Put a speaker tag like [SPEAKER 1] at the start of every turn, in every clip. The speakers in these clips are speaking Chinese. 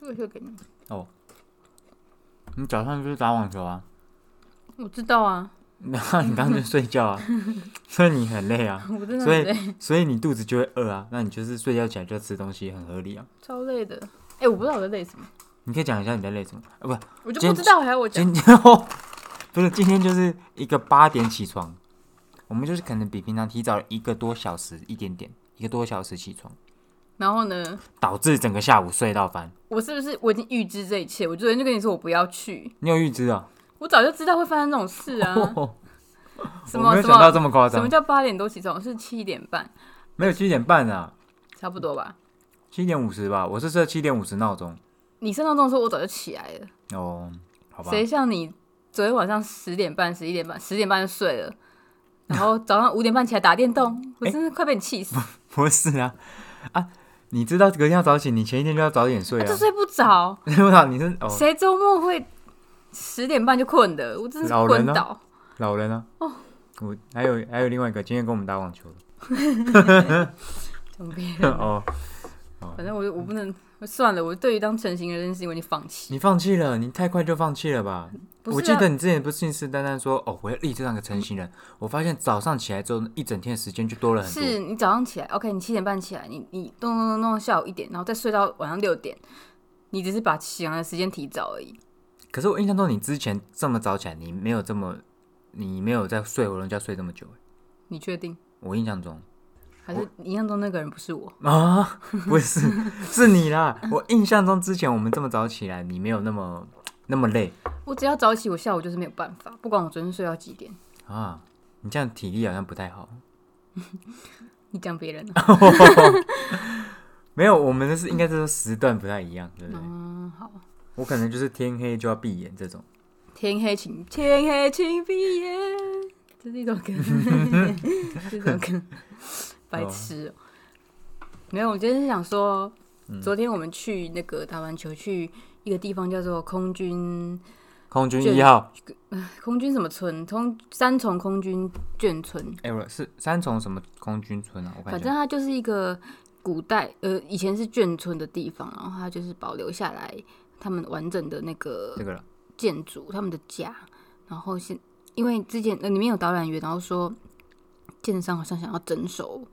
[SPEAKER 1] 这个就给你，
[SPEAKER 2] 你早上就是打网球 啊，
[SPEAKER 1] 我知道啊，
[SPEAKER 2] 然后你刚刚就睡觉啊，所以你很累啊，
[SPEAKER 1] 我真的
[SPEAKER 2] 所以
[SPEAKER 1] 很累，
[SPEAKER 2] 所以你肚子就会饿啊，那你就是睡觉起来就吃东西，很合理啊。
[SPEAKER 1] 超累的。哎，我不知道我在累什么，
[SPEAKER 2] 你可以讲一下你在累什么？啊，不，
[SPEAKER 1] 我就
[SPEAKER 2] 今
[SPEAKER 1] 不
[SPEAKER 2] 天
[SPEAKER 1] 知道还要我讲。
[SPEAKER 2] 今天不是今天就是一个八点起床，我们就是可能比平常提早了一个多小时一点点，一个多小时起床，
[SPEAKER 1] 然后呢，
[SPEAKER 2] 导致整个下午睡到翻。
[SPEAKER 1] 我是不是我已经预知这一切？我昨天就跟你说我不要去，
[SPEAKER 2] 你有预知啊？
[SPEAKER 1] 我早就知道会发生这种事 啊。什
[SPEAKER 2] 我
[SPEAKER 1] 么
[SPEAKER 2] 没有
[SPEAKER 1] 什
[SPEAKER 2] 想到
[SPEAKER 1] 么
[SPEAKER 2] 这么夸
[SPEAKER 1] 什么
[SPEAKER 2] 张，
[SPEAKER 1] 叫八点多起床？是七点半，
[SPEAKER 2] 没有七点半啊，
[SPEAKER 1] 差不多吧。
[SPEAKER 2] 七点五十吧，我是设七点五十闹钟。
[SPEAKER 1] 你上闹钟的时候，我早就起来了。
[SPEAKER 2] 哦，好吧，
[SPEAKER 1] 谁像你昨天晚上十点半、十一点半、十点半就睡了，然后早上五点半起来打电
[SPEAKER 2] 哎
[SPEAKER 1] 动，我真的快被你气死，
[SPEAKER 2] 不是啊啊，你知道隔天要早起，你前一天就要早点睡
[SPEAKER 1] 啊
[SPEAKER 2] 啊
[SPEAKER 1] 就。睡不着。
[SPEAKER 2] 我操，你是哦
[SPEAKER 1] 谁周末会十点半就困的？我真是
[SPEAKER 2] 老
[SPEAKER 1] 昏
[SPEAKER 2] 人啊
[SPEAKER 1] 倒。
[SPEAKER 2] 老人啊？哦，我还有还有另外一个今天跟我们打网球 的
[SPEAKER 1] 怎么别人？
[SPEAKER 2] 哦，
[SPEAKER 1] 反正我我不能算了，我对于当成型人这件事情我已经放弃。
[SPEAKER 2] 你放弃了，你太快就放弃了吧？
[SPEAKER 1] 不是啊
[SPEAKER 2] 我记得你之前不是信誓旦旦说哦，我要立志当个成型人。我发现早上起来之后，一整天的时间就多了很多。
[SPEAKER 1] 是你早上起来，OK，你七点半起来，你你弄弄弄弄到下午一点，然后再睡到晚上六点，你只是把起床的时间提早而已。
[SPEAKER 2] 可是我印象中你之前这么早起来，你没有这么，你没有在睡回笼觉睡这么久。欸
[SPEAKER 1] 你确定？
[SPEAKER 2] 我印象中
[SPEAKER 1] 还是你印象中那个人不是我？
[SPEAKER 2] 啊，不是， 是你啦。我印象中之前我们这么早起来，你没有那么那么累
[SPEAKER 1] 我只要早起，我下午就是没有办法，不管我昨天睡到几点。
[SPEAKER 2] 啊。你这样体力好像不太好。
[SPEAKER 1] 你讲别人、啊，
[SPEAKER 2] 没有，我们的是应该是说时段不太一样，对不对？
[SPEAKER 1] 嗯，好。
[SPEAKER 2] 我可能就是天黑就要闭眼这种。
[SPEAKER 1] 天黑请天黑请闭眼，这是一 首歌，这是一首歌，白痴、哦。没有，我今天是想说，
[SPEAKER 2] 嗯
[SPEAKER 1] 昨天我们去那个打完球，去一个地方叫做空军
[SPEAKER 2] 空军
[SPEAKER 1] 就
[SPEAKER 2] 一号，
[SPEAKER 1] 空军什么村，从三重空军眷村，
[SPEAKER 2] 哎、我是三重什么空军村啊？我看
[SPEAKER 1] 反
[SPEAKER 2] 一下
[SPEAKER 1] 正，它就是一个古代呃以前是眷村的地方，然后它就是保留下来他们完整的那个
[SPEAKER 2] 这个了，
[SPEAKER 1] 建筑，他们的家。然后现因为之前呃里面有导览员，然后说建商好像想要征收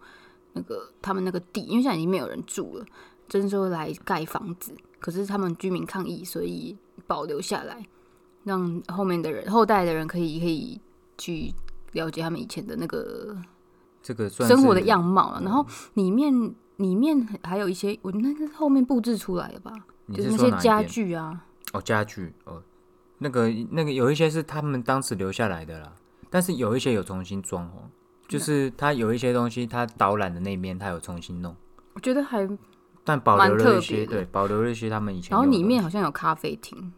[SPEAKER 1] 那个他们那个地，因为现在已经没有人住了，征收来盖房子。可是他们居民抗议，所以保留下来，让后面的人后代的人可以可以去了解他们以前的那个
[SPEAKER 2] 这个算是嗯
[SPEAKER 1] 生活的样貌啊了。然后里面里面还有一些，我那个是后面布置出来的吧，
[SPEAKER 2] 你
[SPEAKER 1] 就是是那
[SPEAKER 2] 说
[SPEAKER 1] 些
[SPEAKER 2] 哪一
[SPEAKER 1] 家
[SPEAKER 2] 边
[SPEAKER 1] 具啊，
[SPEAKER 2] 哦，家具哦，那个那个有一些是他们当时留下来的啦，但是有一些有重新装哦，就是它有一些东西，它导览的那边它有重新弄，
[SPEAKER 1] 我觉得还
[SPEAKER 2] 但保留
[SPEAKER 1] 蛮特
[SPEAKER 2] 了一
[SPEAKER 1] 别
[SPEAKER 2] 些，
[SPEAKER 1] 的
[SPEAKER 2] 对，保留了一些他们以前
[SPEAKER 1] 然
[SPEAKER 2] 用的
[SPEAKER 1] 后
[SPEAKER 2] 东西。
[SPEAKER 1] 里面好像有咖啡 厅，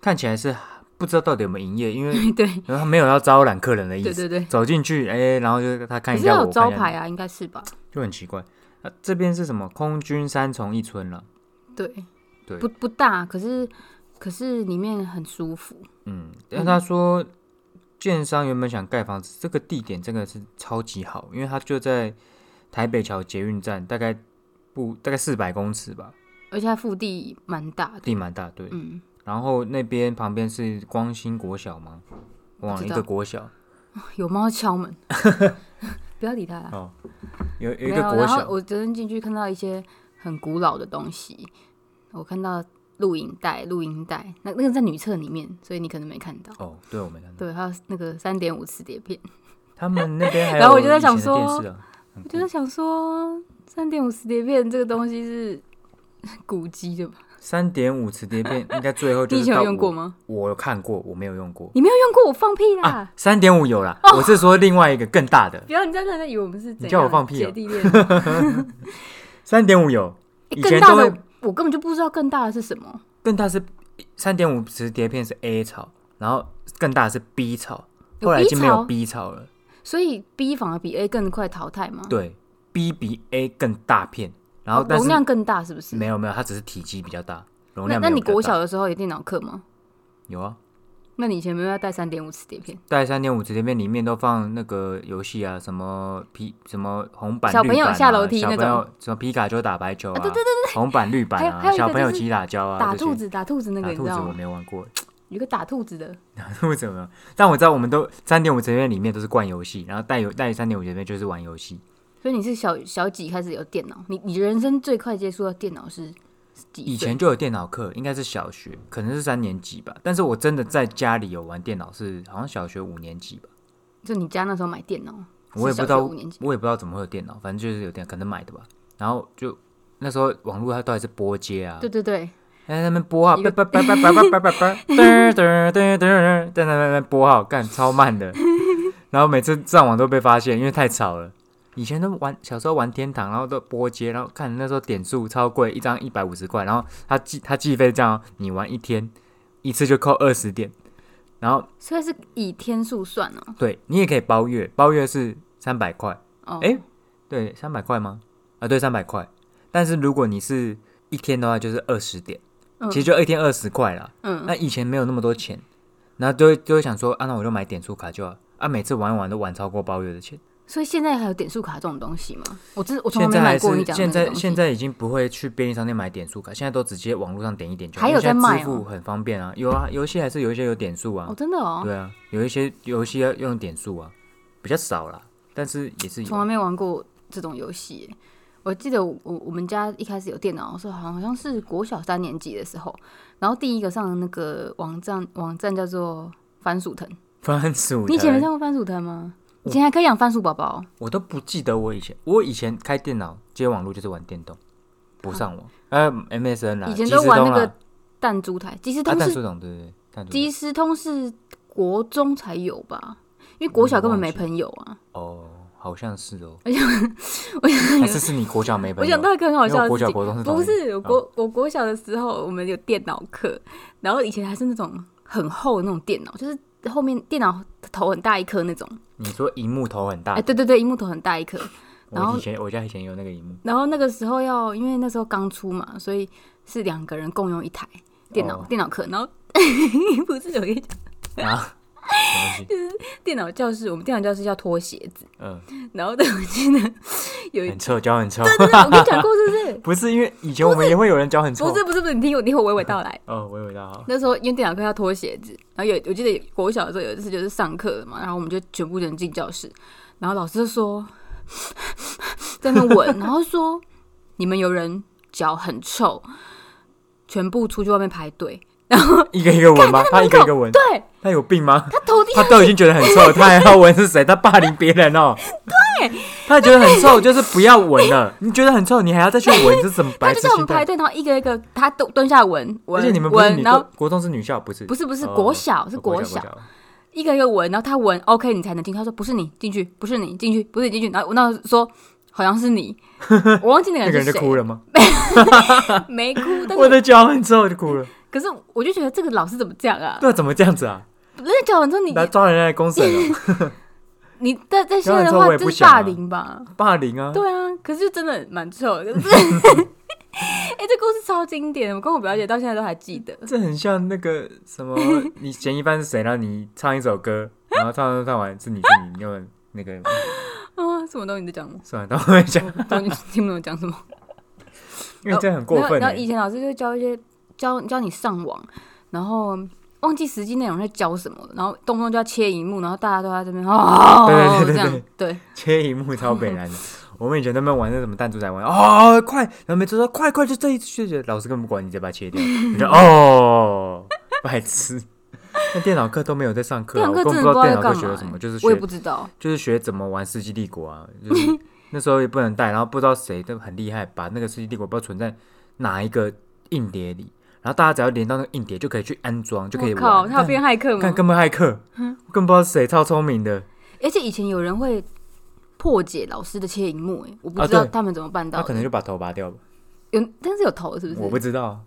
[SPEAKER 2] 看起来是不知道到底有没有营业，因为
[SPEAKER 1] 对
[SPEAKER 2] 然后他没有要招揽客人的意思。
[SPEAKER 1] 对对对，
[SPEAKER 2] 走进去，哎、然后就他看
[SPEAKER 1] 可
[SPEAKER 2] 一
[SPEAKER 1] 是
[SPEAKER 2] 下
[SPEAKER 1] 要
[SPEAKER 2] 我，
[SPEAKER 1] 有招
[SPEAKER 2] 看一
[SPEAKER 1] 牌
[SPEAKER 2] 下
[SPEAKER 1] 啊，应该是吧？
[SPEAKER 2] 你就很奇怪。啊、这边是什么？空军三重一村了。
[SPEAKER 1] 对，
[SPEAKER 2] 对
[SPEAKER 1] 不不大，可是可是里面很舒服，
[SPEAKER 2] 嗯，但他说建商原本想盖房子，这个地点真的是超级好，因为它就在台北桥捷运站，大概不大概四百公尺吧，
[SPEAKER 1] 而且它腹地蛮大的，
[SPEAKER 2] 地蛮大，对。
[SPEAKER 1] 嗯，
[SPEAKER 2] 然后那边旁边是光兴国小吗？我忘了
[SPEAKER 1] 不
[SPEAKER 2] 一
[SPEAKER 1] 知道
[SPEAKER 2] 个国小
[SPEAKER 1] 有猫敲 门，不要理它啦。
[SPEAKER 2] 哦，有 有
[SPEAKER 1] 啊没
[SPEAKER 2] 一
[SPEAKER 1] 有，
[SPEAKER 2] 个国
[SPEAKER 1] 然后
[SPEAKER 2] 小，
[SPEAKER 1] 我昨天进去看到一些很古老的东西，我看到录影带，录影带，那那个在女厕里面，所以你可能没看到。
[SPEAKER 2] 哦，对，我没看到。
[SPEAKER 1] 对，还有那个三点五磁碟片，
[SPEAKER 2] 他们那边还有
[SPEAKER 1] 然后我就在想
[SPEAKER 2] 以前的电
[SPEAKER 1] 说
[SPEAKER 2] 视啊，
[SPEAKER 1] 我就在想说，三点五磁碟片这个东西是 古迹对吧？
[SPEAKER 2] 三点五磁碟片应该最后 就
[SPEAKER 1] 你以
[SPEAKER 2] 是
[SPEAKER 1] 前
[SPEAKER 2] 到
[SPEAKER 1] 有用过
[SPEAKER 2] 五？
[SPEAKER 1] 吗？
[SPEAKER 2] 我有看过，我没有用过
[SPEAKER 1] 你没有用过，我放屁啦！
[SPEAKER 2] 啊，三点五有啦，
[SPEAKER 1] 哦
[SPEAKER 2] 我是说另外一个更大的
[SPEAKER 1] 不要，你在那在以为我们是怎
[SPEAKER 2] 你叫我放屁哦
[SPEAKER 1] 姐弟 恋、欸
[SPEAKER 2] 三点五有，以
[SPEAKER 1] 更
[SPEAKER 2] 前
[SPEAKER 1] 大
[SPEAKER 2] 都会
[SPEAKER 1] 的我根本就不知道更大的是什么。
[SPEAKER 2] 更大是三点五磁碟片是 A 槽，然后更大的是 B 槽，
[SPEAKER 1] 有
[SPEAKER 2] 后来已
[SPEAKER 1] B
[SPEAKER 2] 经没有
[SPEAKER 1] 槽
[SPEAKER 2] B 槽了，
[SPEAKER 1] 所以 B 反而比 A 更快淘汰吗？，
[SPEAKER 2] 对，B 比 A 更大片，然后但
[SPEAKER 1] 哦容
[SPEAKER 2] 是
[SPEAKER 1] 量更大是不是？
[SPEAKER 2] 没有没有，它只是体积比较大，容
[SPEAKER 1] 那
[SPEAKER 2] 量
[SPEAKER 1] 那
[SPEAKER 2] 没有
[SPEAKER 1] 你
[SPEAKER 2] 比较
[SPEAKER 1] 国
[SPEAKER 2] 大
[SPEAKER 1] 小的时候有电脑课吗？
[SPEAKER 2] 有啊，
[SPEAKER 1] 那你以前没有要带三点五磁碟片？
[SPEAKER 2] 带三点五直接面里面都放那个游戏啊，什么皮什么红板、
[SPEAKER 1] 小朋友
[SPEAKER 2] 绿板啊
[SPEAKER 1] 下楼梯那种
[SPEAKER 2] 小朋友什么皮卡丘打白球啊，
[SPEAKER 1] 对对
[SPEAKER 2] 对红板绿板
[SPEAKER 1] 还有还有
[SPEAKER 2] 啊，
[SPEAKER 1] 一个
[SPEAKER 2] 小朋友
[SPEAKER 1] 就是
[SPEAKER 2] 骑打胶啊，
[SPEAKER 1] 打
[SPEAKER 2] 这些
[SPEAKER 1] 兔子，打兔子那个
[SPEAKER 2] 打
[SPEAKER 1] 你
[SPEAKER 2] 兔
[SPEAKER 1] 知
[SPEAKER 2] 子
[SPEAKER 1] 道
[SPEAKER 2] 我
[SPEAKER 1] 吗？
[SPEAKER 2] 没玩过，
[SPEAKER 1] 有一个打兔子的，
[SPEAKER 2] 打 兔子有没有？但我知道我们都三点五直接面里面都是灌游戏，然后带游带三点五直接面就是玩游戏。
[SPEAKER 1] 所以你是小小几开始有电脑？你你人生最快接触到电脑是几岁？
[SPEAKER 2] 以前就有电脑课，应该是小学，可能是三年级吧。但是我真的在家里有玩电脑，是好像小学五年级吧。
[SPEAKER 1] 就你家那时候买电脑，
[SPEAKER 2] 我也
[SPEAKER 1] 是小
[SPEAKER 2] 不知道
[SPEAKER 1] 学五年级，
[SPEAKER 2] 我也不知道怎么会有电脑，反正就是有电脑，可能买的吧。然后就那时候网络它到底是拨接啊
[SPEAKER 1] 对，对对，
[SPEAKER 2] 哎在那边拨号，
[SPEAKER 1] 一
[SPEAKER 2] 叭
[SPEAKER 1] 个
[SPEAKER 2] 叭叭叭叭叭叭 叭叭，噔噔噔噔噔，在那边拨号，干超 慢的。然后每次上网都被发现，因为太吵了。以前都玩小时候玩天堂，然后都拨接，然后看那时候点数超贵，一张一百五十块，然后他计他计费这样哦，你玩一天一次就扣二十点，然后
[SPEAKER 1] 所以是以天数算哦。
[SPEAKER 2] 对你也可以包月，包月是三百块。
[SPEAKER 1] 哦，
[SPEAKER 2] 哎对，三百块吗？啊，对，三百块。但是如果你是一天的话，就是二十点，
[SPEAKER 1] 嗯
[SPEAKER 2] 其实就一天二十块啦。
[SPEAKER 1] 嗯，
[SPEAKER 2] 那以前没有那么多钱，然后就会就会想说，啊，那我就买点数卡就好。啊，每次玩一玩都玩超过包月的钱。
[SPEAKER 1] 所以现在还有点数卡这种东西吗？我真我从来
[SPEAKER 2] 现
[SPEAKER 1] 没
[SPEAKER 2] 在
[SPEAKER 1] 买
[SPEAKER 2] 还
[SPEAKER 1] 过你
[SPEAKER 2] 是
[SPEAKER 1] 讲的
[SPEAKER 2] 现
[SPEAKER 1] 那个
[SPEAKER 2] 在
[SPEAKER 1] 东西
[SPEAKER 2] 现在已经不会去便利商店买点数卡，现在都直接网络上点一点就好。
[SPEAKER 1] 还有
[SPEAKER 2] 因为现
[SPEAKER 1] 在卖
[SPEAKER 2] 支
[SPEAKER 1] 哦
[SPEAKER 2] 付很方便啊，有啊，游戏还是有一些有点数啊。
[SPEAKER 1] 哦，真的哦，
[SPEAKER 2] 对啊，有一些游戏要用点数啊，比较少啦，但是也是有
[SPEAKER 1] 从来没有玩过这种游戏耶。我记得我我我们家一开始有电脑的时候，好像是国小三年级的时候，然后第一个上的那个网站网站叫做番薯藤。
[SPEAKER 2] 番薯
[SPEAKER 1] 你以前没
[SPEAKER 2] 藤
[SPEAKER 1] 上过番薯藤吗？以前还可以养番薯宝宝，
[SPEAKER 2] 我都不记得我以前，我以前开电脑接网络就是玩电动，不上网。呃，MSN 啦，
[SPEAKER 1] 以前
[SPEAKER 2] 即
[SPEAKER 1] 都
[SPEAKER 2] 时
[SPEAKER 1] 玩
[SPEAKER 2] 通
[SPEAKER 1] 那个
[SPEAKER 2] 啦
[SPEAKER 1] 弹珠台，即时
[SPEAKER 2] 啊，
[SPEAKER 1] 通
[SPEAKER 2] 弹
[SPEAKER 1] 是
[SPEAKER 2] 珠筒，对对对，弹珠筒
[SPEAKER 1] 即时通是国中才有吧？因为国小根本没
[SPEAKER 2] 嗯忘记
[SPEAKER 1] 朋友啊。
[SPEAKER 2] 哦，好像是 哦。
[SPEAKER 1] 我想
[SPEAKER 2] 还是是你国小没朋
[SPEAKER 1] 我
[SPEAKER 2] 友
[SPEAKER 1] 想？到一个很好
[SPEAKER 2] 因为
[SPEAKER 1] 笑
[SPEAKER 2] 我
[SPEAKER 1] 的
[SPEAKER 2] 国
[SPEAKER 1] 事
[SPEAKER 2] 小
[SPEAKER 1] 情，
[SPEAKER 2] 国中是同
[SPEAKER 1] 不
[SPEAKER 2] 一嗯
[SPEAKER 1] 是我国我国小的时候，我们有电脑课，然后以前还是那种很厚的那种电脑，就是后面电脑头很大一颗那种。
[SPEAKER 2] 你说荧幕头很
[SPEAKER 1] 哎、
[SPEAKER 2] 大，
[SPEAKER 1] 对对对，荧幕头很大一颗。然后
[SPEAKER 2] 我以前我家以前有那个荧幕，
[SPEAKER 1] 然后那个时候要，因为那时候刚出嘛，所以是两个人共用一台电脑、
[SPEAKER 2] 哦
[SPEAKER 1] 电脑课。然后 不是有跟你讲，
[SPEAKER 2] 没关系
[SPEAKER 1] 电脑教室，我们电脑教室要脱鞋子。
[SPEAKER 2] 嗯，
[SPEAKER 1] 然后但我记得有一，
[SPEAKER 2] 很臭，脚很臭。
[SPEAKER 1] 对对 对，我跟你讲过是不是？
[SPEAKER 2] 不是因为以前我们也会有人脚很臭
[SPEAKER 1] 不。是不是不是，你听我，你听我娓娓道 来。
[SPEAKER 2] 哦，我以为他好。
[SPEAKER 1] 那时候因为电脑课要脱鞋子，然后有我记得有国小的时候有一次就是上课了嘛，然后我们就全部人进教室，然后老师就说在那闻， 然后说你们有人脚很臭，全部出去外面排队。
[SPEAKER 2] 一个一个闻吗？他一个一个闻，
[SPEAKER 1] 对
[SPEAKER 2] 他有病吗？
[SPEAKER 1] 他头顶
[SPEAKER 2] 他都已经觉得很臭，他还要闻是谁？他霸凌别人哦。对，他觉得很臭，就是不要闻了。你觉得很臭，你还要再去闻，这是怎么
[SPEAKER 1] 他
[SPEAKER 2] 白
[SPEAKER 1] 就
[SPEAKER 2] 痴
[SPEAKER 1] 叫我们
[SPEAKER 2] 心
[SPEAKER 1] 排
[SPEAKER 2] 态？
[SPEAKER 1] 队，然后一个一个他蹲蹲下闻
[SPEAKER 2] 而且你
[SPEAKER 1] 闻
[SPEAKER 2] 们不是
[SPEAKER 1] 闻，
[SPEAKER 2] 女
[SPEAKER 1] 然后
[SPEAKER 2] 国国中是女校，不是？
[SPEAKER 1] 不是不是
[SPEAKER 2] 哦
[SPEAKER 1] 国小是
[SPEAKER 2] 哦
[SPEAKER 1] 国
[SPEAKER 2] 小
[SPEAKER 1] 小，一个一个闻，然后他闻 OK 你才能进去。他说不是你进去，不是你进去，不是你进去。然后我那时候说好像是 你，我忘记那个
[SPEAKER 2] 那个
[SPEAKER 1] 人
[SPEAKER 2] 人
[SPEAKER 1] 是
[SPEAKER 2] 就
[SPEAKER 1] 谁
[SPEAKER 2] 哭了吗？
[SPEAKER 1] 了，没哭，但
[SPEAKER 2] 我
[SPEAKER 1] 是
[SPEAKER 2] 的脚很臭就哭了，
[SPEAKER 1] 可是我就觉得这个老师怎么这样啊？
[SPEAKER 2] 那怎么这样子啊？
[SPEAKER 1] 人家讲完之后你
[SPEAKER 2] 来抓人家来公审哦，
[SPEAKER 1] 你在在现在
[SPEAKER 2] 讲完
[SPEAKER 1] 的
[SPEAKER 2] 之后我
[SPEAKER 1] 话
[SPEAKER 2] 也
[SPEAKER 1] 就
[SPEAKER 2] 不
[SPEAKER 1] 是
[SPEAKER 2] 想
[SPEAKER 1] 霸
[SPEAKER 2] 啊
[SPEAKER 1] 凌吧？
[SPEAKER 2] 霸凌啊！
[SPEAKER 1] 对啊，可是就真的蛮臭 的。可是哎、这故事超经典的，我跟我表姐到现在都还记得。
[SPEAKER 2] 这很像那个 什么，你嫌疑犯是谁？然后你唱一首歌，然后唱唱唱完是你是你，你有那个
[SPEAKER 1] 啊，什么东西你在讲吗？
[SPEAKER 2] 算了，等我一下，
[SPEAKER 1] 我完全听不懂讲什么。
[SPEAKER 2] 因为这很过
[SPEAKER 1] 然后
[SPEAKER 2] 分
[SPEAKER 1] 然后
[SPEAKER 2] 欸。
[SPEAKER 1] 以前老师就教一些教教你上网，然后忘记实际内容在教什么了，然后动不动就要切荧幕，然后大家都在这边哦，
[SPEAKER 2] 对对对
[SPEAKER 1] 这样
[SPEAKER 2] 对
[SPEAKER 1] 对。
[SPEAKER 2] 切荧幕超北蓝的。我们以前在那边玩那什么弹珠台玩，哦，快！然后每次说快快，就这一次，就觉得老师根本不管你，直接把它切掉。你就哦，白痴。那电脑课都没有在上课啊、
[SPEAKER 1] 电脑
[SPEAKER 2] 我
[SPEAKER 1] 课真
[SPEAKER 2] 根本
[SPEAKER 1] 的
[SPEAKER 2] 不
[SPEAKER 1] 不
[SPEAKER 2] 知道
[SPEAKER 1] 知
[SPEAKER 2] 电
[SPEAKER 1] 道在
[SPEAKER 2] 脑课
[SPEAKER 1] 干
[SPEAKER 2] 学
[SPEAKER 1] 嘛
[SPEAKER 2] 了什么，就是
[SPEAKER 1] 我也
[SPEAKER 2] 学
[SPEAKER 1] 不知道，
[SPEAKER 2] 就是学怎么玩《世纪帝国》啊，就是 那时候也不能带，然后不知道谁都很厉害，把那个《世纪帝国》不知道存在哪一个硬碟里，然后大家只要连到那个硬碟就可以去安装，就可以
[SPEAKER 1] 我靠，
[SPEAKER 2] 玩。
[SPEAKER 1] 他有
[SPEAKER 2] 看
[SPEAKER 1] 变骇客
[SPEAKER 2] 看
[SPEAKER 1] 吗？
[SPEAKER 2] 根本骇客，更不知道谁超聪明的，
[SPEAKER 1] 而且以前有人会破解老师的切荧幕，哎，我不
[SPEAKER 2] 啊
[SPEAKER 1] 知道
[SPEAKER 2] 对
[SPEAKER 1] 他们怎么办到
[SPEAKER 2] 他
[SPEAKER 1] 的。
[SPEAKER 2] 可能就把头拔掉吧，
[SPEAKER 1] 有，但是有头是不是？
[SPEAKER 2] 我不知道啊。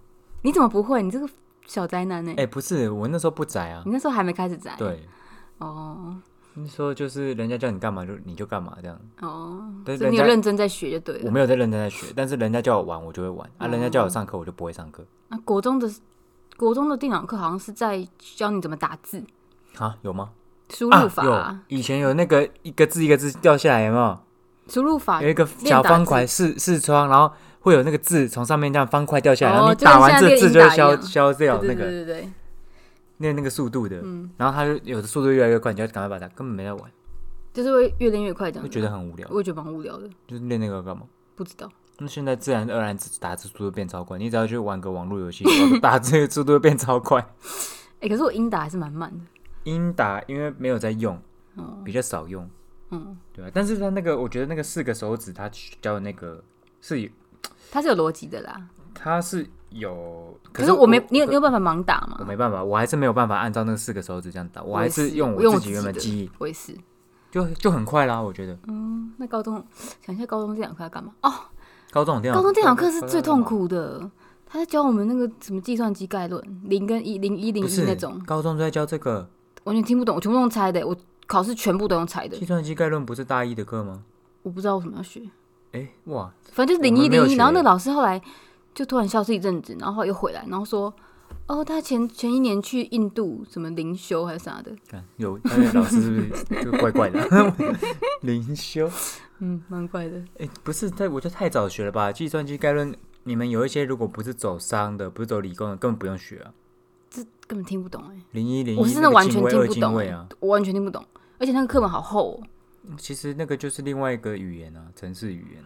[SPEAKER 1] 你怎么不会？你这个小宅男呢、欸
[SPEAKER 2] 哎、不是，我那时候不宅啊
[SPEAKER 1] 你。那时候还没开始宅。
[SPEAKER 2] 对，
[SPEAKER 1] 哦
[SPEAKER 2] 那时候就是人家叫你干嘛就你就干嘛这样。
[SPEAKER 1] 哦，
[SPEAKER 2] 对
[SPEAKER 1] 所以你
[SPEAKER 2] 人
[SPEAKER 1] 有
[SPEAKER 2] 家
[SPEAKER 1] 认真在学就对
[SPEAKER 2] 我
[SPEAKER 1] 了。
[SPEAKER 2] 没
[SPEAKER 1] 嗯
[SPEAKER 2] 有在认真在学，但是人家叫我玩我就会玩啊，人家叫我上课我就不会上课。
[SPEAKER 1] 那、国中的国中的电脑课好像是在教你怎么打字、
[SPEAKER 2] 啊，有吗？
[SPEAKER 1] 输
[SPEAKER 2] 啊
[SPEAKER 1] 入，法、
[SPEAKER 2] 有。以前有那个一个字一个字掉下来，有没有？
[SPEAKER 1] 输入法
[SPEAKER 2] 有一个小方块视视窗，然后会有那个字从上面这样方块掉下
[SPEAKER 1] 哦
[SPEAKER 2] 来，然后你
[SPEAKER 1] 就跟
[SPEAKER 2] 打完
[SPEAKER 1] 现在
[SPEAKER 2] 这
[SPEAKER 1] 这个
[SPEAKER 2] 字
[SPEAKER 1] 音
[SPEAKER 2] 就会
[SPEAKER 1] 打一
[SPEAKER 2] 消
[SPEAKER 1] 样
[SPEAKER 2] 消掉
[SPEAKER 1] 对
[SPEAKER 2] 那
[SPEAKER 1] 对
[SPEAKER 2] 个
[SPEAKER 1] 对对对，
[SPEAKER 2] 那那个速度的。
[SPEAKER 1] 嗯，
[SPEAKER 2] 然后它就有的速度越来越快，你就要赶快把它根本没在玩，
[SPEAKER 1] 就是会越练越快这样
[SPEAKER 2] 会
[SPEAKER 1] 子。啊
[SPEAKER 2] 觉得很无聊，
[SPEAKER 1] 嗯我也觉得蛮无聊的，
[SPEAKER 2] 就是练那个干嘛？
[SPEAKER 1] 不知道。
[SPEAKER 2] 那现在自然而然打字速度变超快，你只要去玩个网络游戏， 哦打字的速度会变超快。
[SPEAKER 1] 哎、可是我英打还是蛮慢的。
[SPEAKER 2] 英打因为没有在用，
[SPEAKER 1] 哦，
[SPEAKER 2] 比较少用，
[SPEAKER 1] 嗯，
[SPEAKER 2] 对吧、但是它那个，我觉得那个四个手指，它教的那个是有，
[SPEAKER 1] 它是有逻辑的啦。
[SPEAKER 2] 它是有，
[SPEAKER 1] 可
[SPEAKER 2] 是
[SPEAKER 1] 是我没，你有你
[SPEAKER 2] 我
[SPEAKER 1] 有办法盲打
[SPEAKER 2] 我
[SPEAKER 1] 吗？
[SPEAKER 2] 没办法，我还是没有办法按照那个四个手指这样打，我还是
[SPEAKER 1] 也是
[SPEAKER 2] 用
[SPEAKER 1] 用
[SPEAKER 2] 我
[SPEAKER 1] 我
[SPEAKER 2] 自己原本
[SPEAKER 1] 自己的
[SPEAKER 2] 记忆，
[SPEAKER 1] 我也是。
[SPEAKER 2] 就就很快啦。我觉得
[SPEAKER 1] 嗯，那高中想一下，高中电脑课要干嘛？哦，
[SPEAKER 2] 高中有电脑，
[SPEAKER 1] 高中电脑课是最痛，苦的。他在教我们那个什么计算机概论，零跟一，零一零
[SPEAKER 2] 不
[SPEAKER 1] 一
[SPEAKER 2] 是
[SPEAKER 1] 那种，
[SPEAKER 2] 高中就在教这个
[SPEAKER 1] 完全听不懂，我全部都用猜的。我考试全部都用猜的
[SPEAKER 2] 计，算机概论，不是大一的课吗？
[SPEAKER 1] 我不知道为什么要学。
[SPEAKER 2] 哎，哇，
[SPEAKER 1] 反正就是
[SPEAKER 2] 我
[SPEAKER 1] 零
[SPEAKER 2] 们
[SPEAKER 1] 一
[SPEAKER 2] 没有
[SPEAKER 1] 零一，
[SPEAKER 2] 学
[SPEAKER 1] 然后那个老师后来就突然消失一阵子，然后后来又回来，然后说，哦，他前前一年去印度什么灵修还是啥的，
[SPEAKER 2] 看 有那个老师是不是就怪 怪的？灵修，
[SPEAKER 1] 嗯，蛮怪的。
[SPEAKER 2] 哎，不是，太，我觉得太早学了吧？计算机概论，你们有一些如果不是走商的，不是走理工的，根本不用学啊。
[SPEAKER 1] 根本听不懂哎、
[SPEAKER 2] 零一零一，
[SPEAKER 1] 我是真的完全听
[SPEAKER 2] 二
[SPEAKER 1] 不
[SPEAKER 2] 进
[SPEAKER 1] 懂、
[SPEAKER 2] 位
[SPEAKER 1] 欸
[SPEAKER 2] 啊。
[SPEAKER 1] 我完全听不懂，而且那个课本好厚、哦，
[SPEAKER 2] 其实那个就是另外一个语言啊，城市语言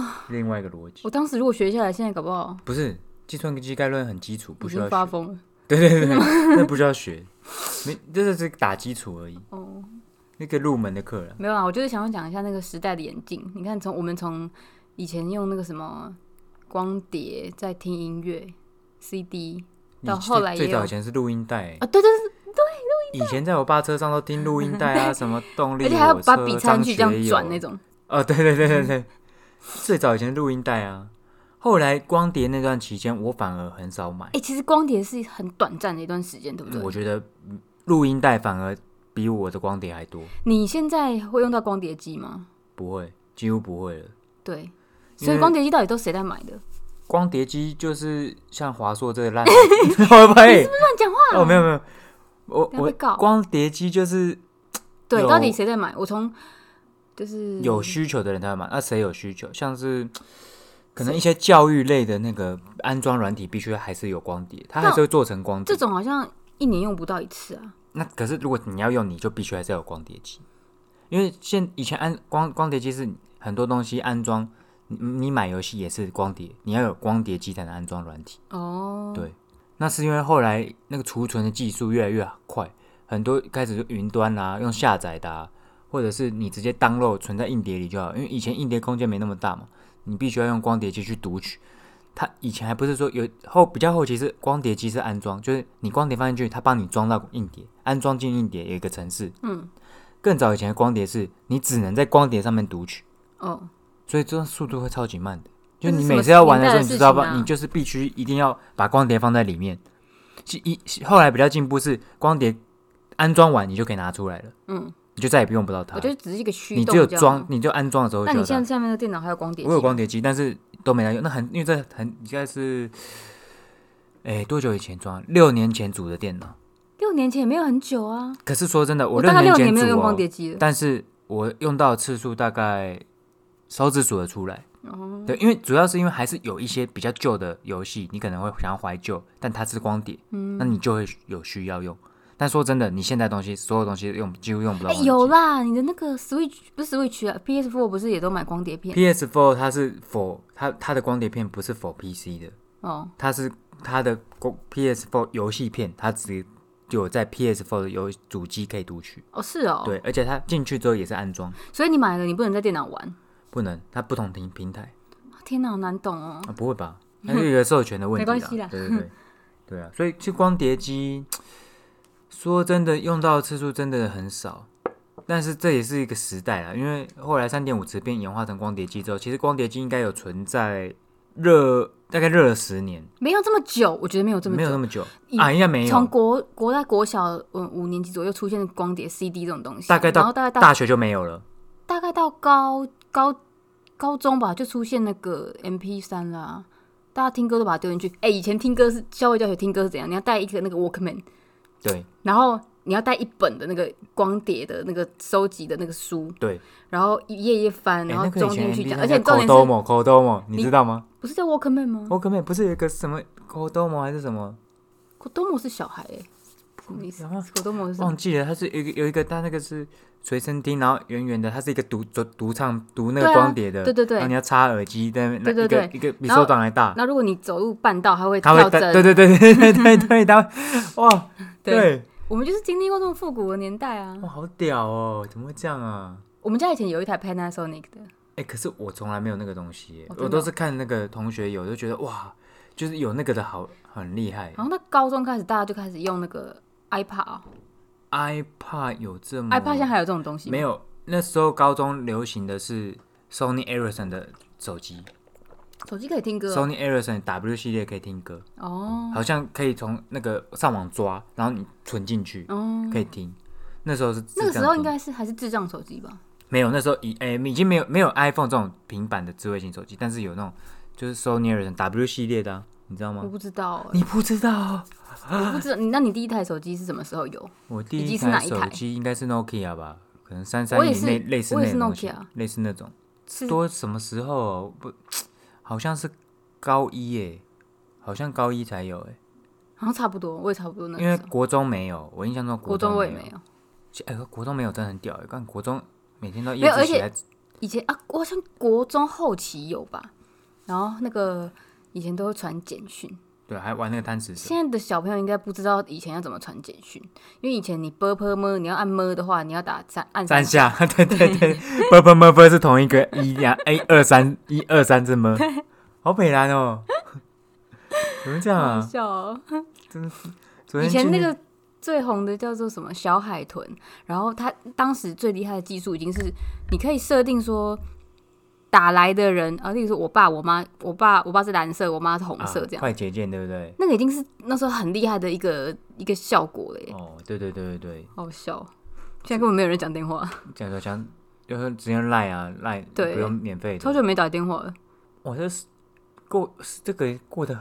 [SPEAKER 2] 啊，另外一个逻辑
[SPEAKER 1] 我。当时如果学下来，现在搞不好
[SPEAKER 2] 不是计算机概论很基础，不
[SPEAKER 1] 已
[SPEAKER 2] 需要
[SPEAKER 1] 经发
[SPEAKER 2] 学。
[SPEAKER 1] 疯了。
[SPEAKER 2] 对对对，那不需要学，没，这是只打基础而已，
[SPEAKER 1] 哦，
[SPEAKER 2] 那个入门的课了。
[SPEAKER 1] 没有啊，我就是想要讲一下那个时代的眼镜。你看从，我们从以前用那个什么光碟在听音乐，CD
[SPEAKER 2] 你
[SPEAKER 1] 到后来
[SPEAKER 2] 最
[SPEAKER 1] 也
[SPEAKER 2] 最
[SPEAKER 1] 有
[SPEAKER 2] 早以前是录音带、欸
[SPEAKER 1] 啊，对对对
[SPEAKER 2] 以前在我爸车上都听录音带啊，什么动 力
[SPEAKER 1] 而
[SPEAKER 2] 火
[SPEAKER 1] 且
[SPEAKER 2] 车，
[SPEAKER 1] 还要把笔插进去这
[SPEAKER 2] 张
[SPEAKER 1] 样
[SPEAKER 2] 学
[SPEAKER 1] 转
[SPEAKER 2] 友
[SPEAKER 1] 那。种。
[SPEAKER 2] 哦，对对对对对，最早以前录音带
[SPEAKER 1] 嗯
[SPEAKER 2] 啊，后来光碟那段期间，我反而很少买
[SPEAKER 1] 哎、。其实光碟是很短暂的一段时间，对不对？
[SPEAKER 2] 我觉得嗯录音带反而比我的光碟还多，
[SPEAKER 1] 你现在会用到光碟机吗？
[SPEAKER 2] 不会，几乎不会了。
[SPEAKER 1] 对，
[SPEAKER 2] 因
[SPEAKER 1] 所以
[SPEAKER 2] 为哦
[SPEAKER 1] 光碟机到底都谁在买的？
[SPEAKER 2] 光碟机就是像华硕这个烂， 会不会？
[SPEAKER 1] 乱讲话！
[SPEAKER 2] 哦，没有没有，我
[SPEAKER 1] 不要被告
[SPEAKER 2] 我光碟机就是
[SPEAKER 1] 对，
[SPEAKER 2] 有
[SPEAKER 1] 到底谁在买？我从就是
[SPEAKER 2] 有需求的人才会买，那、谁有需求？像是可能一些教育类的那个安装软体，必须还是有光碟，它还是会做成光碟
[SPEAKER 1] 这。种好像一年用不到一次啊。
[SPEAKER 2] 那可是如果你要用，你就必须还是要有光碟机，因为现以前安光光碟机是很多东西安装，你你买游戏也是光碟，你要有光碟机才能安装软体。
[SPEAKER 1] 哦，
[SPEAKER 2] 对那是因为后来那个储存的技术越来越快，很多开始云端啦、用下载的、啊，或者是你直接 download 存在硬碟里就好，因为以前硬碟空间没那么大嘛，你必须要用光碟机去读取。它以前还不是说有后比较后期是光碟机是安装，就是你光碟放进去，它帮你装到硬碟，安装进硬碟有一个程式。
[SPEAKER 1] 嗯，
[SPEAKER 2] 更早以前的光碟是你只能在光碟上面读取，
[SPEAKER 1] 哦，
[SPEAKER 2] 所以这速度会超级慢的。
[SPEAKER 1] 这
[SPEAKER 2] 就
[SPEAKER 1] 是
[SPEAKER 2] 你
[SPEAKER 1] 什么
[SPEAKER 2] 每次要玩的时候，
[SPEAKER 1] 年代的
[SPEAKER 2] 你知道
[SPEAKER 1] 事情
[SPEAKER 2] 吧？
[SPEAKER 1] 啊
[SPEAKER 2] 你就是必须一定要把光碟放在里面。是一后来比较进步是光碟安装完你就可以拿出来了，
[SPEAKER 1] 嗯，
[SPEAKER 2] 你就再也不用不到它
[SPEAKER 1] 我。觉得只是一个虚
[SPEAKER 2] 你
[SPEAKER 1] 动
[SPEAKER 2] 只有
[SPEAKER 1] 这样
[SPEAKER 2] 装，。你就安装的时候
[SPEAKER 1] 那
[SPEAKER 2] 需
[SPEAKER 1] 你
[SPEAKER 2] 要
[SPEAKER 1] 现在
[SPEAKER 2] 它。
[SPEAKER 1] 下面的电脑还有光碟机？
[SPEAKER 2] 我有光碟机，但是都没来用。那很因为这很应该是，哎，多久以前装？六年前组的电脑。
[SPEAKER 1] 六年前也没有很久啊。
[SPEAKER 2] 可是说真的，
[SPEAKER 1] 我
[SPEAKER 2] 六
[SPEAKER 1] 大概
[SPEAKER 2] 年
[SPEAKER 1] 六
[SPEAKER 2] 前
[SPEAKER 1] 年没有
[SPEAKER 2] 组
[SPEAKER 1] 用光
[SPEAKER 2] 哦，
[SPEAKER 1] 碟机了。
[SPEAKER 2] 但是我用到的次数大概手指数得出来。
[SPEAKER 1] 哦，
[SPEAKER 2] 对，因为主要是因为还是有一些比较旧的游戏，你可能会想要怀旧，但它是光碟，
[SPEAKER 1] 嗯
[SPEAKER 2] 那你就会有需要用。但说真的，你现在东西所有东西用几乎用不到
[SPEAKER 1] 哎、
[SPEAKER 2] 光碟机。
[SPEAKER 1] 有啦，你的那个 Switch 不是 Switch 啊，PS4 不是也都买光碟片？
[SPEAKER 2] PS4 它是否它它的光碟片不是否 PC 的，
[SPEAKER 1] 哦，
[SPEAKER 2] 它是它的光 PS4 游戏片，它只有在 PS4 的游主机可以读取。
[SPEAKER 1] 哦是哦，
[SPEAKER 2] 对，而且它进去之后也是安装，
[SPEAKER 1] 所以你买了，你不能在电脑玩。
[SPEAKER 2] 不能它不同平平台。
[SPEAKER 1] 天
[SPEAKER 2] 天
[SPEAKER 1] 哪，好难懂哦。
[SPEAKER 2] 啊，不 会吧？那是一个授权的问题，啊
[SPEAKER 1] 没关系啦
[SPEAKER 2] 对对对，对啊，所以去光碟机，说真的，用到的次数真的很少。但是这也是一个时代啊，因为后来三点五磁片演化成光碟机之后，其实光碟机应该有存在热大概热了十年，
[SPEAKER 1] 没有这么久，我觉得没有这么
[SPEAKER 2] 没有那
[SPEAKER 1] 久。
[SPEAKER 2] 么久
[SPEAKER 1] 以
[SPEAKER 2] 啊，应该没
[SPEAKER 1] 从
[SPEAKER 2] 有，
[SPEAKER 1] 国国在国小嗯五年级左右出现光碟 CD 这种东西，
[SPEAKER 2] 大概到
[SPEAKER 1] 然后大概到
[SPEAKER 2] 大学就没有了。
[SPEAKER 1] 大概到高高高中吧，就出现那个 MP 三啦，大家听歌都把它丢进去。哎、以前听歌是校外教学听歌是怎样？你要带一个那个 Walkman，
[SPEAKER 2] 对
[SPEAKER 1] 然后你要带一本的那个光碟的那个收集的那个书，
[SPEAKER 2] 对，
[SPEAKER 1] 然后一页一页翻，
[SPEAKER 2] 哎
[SPEAKER 1] 然后
[SPEAKER 2] 那个
[SPEAKER 1] 装
[SPEAKER 2] 以
[SPEAKER 1] 进
[SPEAKER 2] 前
[SPEAKER 1] 去
[SPEAKER 2] MV
[SPEAKER 1] 讲。
[SPEAKER 2] 那
[SPEAKER 1] 而且
[SPEAKER 2] 叫
[SPEAKER 1] 重点
[SPEAKER 2] Kodomo
[SPEAKER 1] 是，
[SPEAKER 2] Kodomo，你
[SPEAKER 1] 你嗯
[SPEAKER 2] 知道吗
[SPEAKER 1] 不是叫 Walkman 吗
[SPEAKER 2] ？Walkman 不是有一个什么 Kodomo 还是什么？
[SPEAKER 1] ？Kodomo 是小孩、欸，什么意思
[SPEAKER 2] 然后
[SPEAKER 1] ？Kodomo 是什么
[SPEAKER 2] 忘记了，它是有一个有一个，它那个是随身听，然后圆圆的，它是一个独独独唱独那个
[SPEAKER 1] 对啊
[SPEAKER 2] 光碟的，
[SPEAKER 1] 对对对
[SPEAKER 2] 然后你要插耳机，在那边那
[SPEAKER 1] 对
[SPEAKER 2] 一
[SPEAKER 1] 对
[SPEAKER 2] 个一个比手掌还大，
[SPEAKER 1] 那如果你走路绊到，它会
[SPEAKER 2] 它
[SPEAKER 1] 跳
[SPEAKER 2] 会带，
[SPEAKER 1] 针。
[SPEAKER 2] 对对对对 对对对，它会哇，对
[SPEAKER 1] 我们就是经历过这种复古的年代啊
[SPEAKER 2] 哇，。好屌哦，怎么会这样啊？
[SPEAKER 1] 我们家以前有一台 Panasonic 的，
[SPEAKER 2] 哎，可是我从来没有那个东西耶
[SPEAKER 1] 哦，真的
[SPEAKER 2] 我都是看那个同学有，就觉得哇，就是有那个的好很厉害
[SPEAKER 1] 然后到高中开始，大家就开始用那个 iPad 啊、
[SPEAKER 2] ，iPad 有这么
[SPEAKER 1] i p a d 现在还有这种东西吗
[SPEAKER 2] 嗯没有，那时候高中流行的是 Sony Ericsson 的手机。
[SPEAKER 1] 手机可以听歌哦
[SPEAKER 2] Sony Ericsson W 系列可以听歌，
[SPEAKER 1] 哦，
[SPEAKER 2] 好像可以从那个上网抓，然后你存进去
[SPEAKER 1] 哦
[SPEAKER 2] 可以听。那时候是
[SPEAKER 1] 那个时
[SPEAKER 2] 智障
[SPEAKER 1] 候
[SPEAKER 2] 听
[SPEAKER 1] 应该是还是智障手机吧？
[SPEAKER 2] 没有，那时候已诶、已经没有没有 iPhone 这种平板的智慧型手机，但是有那种就是 Sony Ericsson W 系列的啊、你知道
[SPEAKER 1] 我
[SPEAKER 2] 吗？
[SPEAKER 1] 不知道欸，
[SPEAKER 2] 你不知道，啊
[SPEAKER 1] 我不知道。你那你第一台手机是什么时候有？
[SPEAKER 2] 我第
[SPEAKER 1] 你
[SPEAKER 2] 一
[SPEAKER 1] 记是哪一台
[SPEAKER 2] 手机应该是 Nokia 吧，可能三三
[SPEAKER 1] 我也
[SPEAKER 2] 零
[SPEAKER 1] 是
[SPEAKER 2] 类类似
[SPEAKER 1] 我
[SPEAKER 2] 那
[SPEAKER 1] 也是
[SPEAKER 2] 种东西
[SPEAKER 1] Nokia
[SPEAKER 2] 类似那种。
[SPEAKER 1] 是
[SPEAKER 2] 多什么时候哦、不，好像是高一耶、好像高一才有哎、
[SPEAKER 1] 好像差不多，我也差不多那
[SPEAKER 2] 因为
[SPEAKER 1] 个时候。
[SPEAKER 2] 国中没有，我印象中
[SPEAKER 1] 嗯国
[SPEAKER 2] 中
[SPEAKER 1] 中我也
[SPEAKER 2] 没
[SPEAKER 1] 没。有，
[SPEAKER 2] 哎、国中没有真的很屌哎、欸，但国中每天都
[SPEAKER 1] 没
[SPEAKER 2] 夜
[SPEAKER 1] 有而
[SPEAKER 2] 自习
[SPEAKER 1] 且
[SPEAKER 2] 来，
[SPEAKER 1] 以前啊，我好像国中后期有吧。然后那个以前都会传简讯，
[SPEAKER 2] 对，还玩那个贪吃蛇。
[SPEAKER 1] 现在的小朋友应该不知道以前要怎么传简讯，因为以前你 b p m 你要按么的话，你要打三按
[SPEAKER 2] 三
[SPEAKER 1] 下，
[SPEAKER 2] 下， 对对对，啵啵啵啵是同一个一两 A 二三一二三这么，好北蓝哦， 怎么这样
[SPEAKER 1] 好
[SPEAKER 2] 啊？
[SPEAKER 1] 笑哦、
[SPEAKER 2] 昨
[SPEAKER 1] 以前
[SPEAKER 2] 天去
[SPEAKER 1] 那个最红的叫做什么小海豚，然后他当时最厉害的技术已经是你可以设定说。打来的人啊，例如说我爸、我妈，我爸我爸是蓝色，我妈是红色，
[SPEAKER 2] 啊
[SPEAKER 1] 这样、
[SPEAKER 2] 快捷键对不对？
[SPEAKER 1] 那个已经是那时候很厉害的一个一个效果了耶，
[SPEAKER 2] 哦，对对对对对，
[SPEAKER 1] 好笑。现在根本没有人讲电话，
[SPEAKER 2] 讲说讲，就是直接赖啊赖，
[SPEAKER 1] 对
[SPEAKER 2] 不用免费
[SPEAKER 1] 超
[SPEAKER 2] 的。
[SPEAKER 1] 久没打电话 了。
[SPEAKER 2] 我这是过是这个过得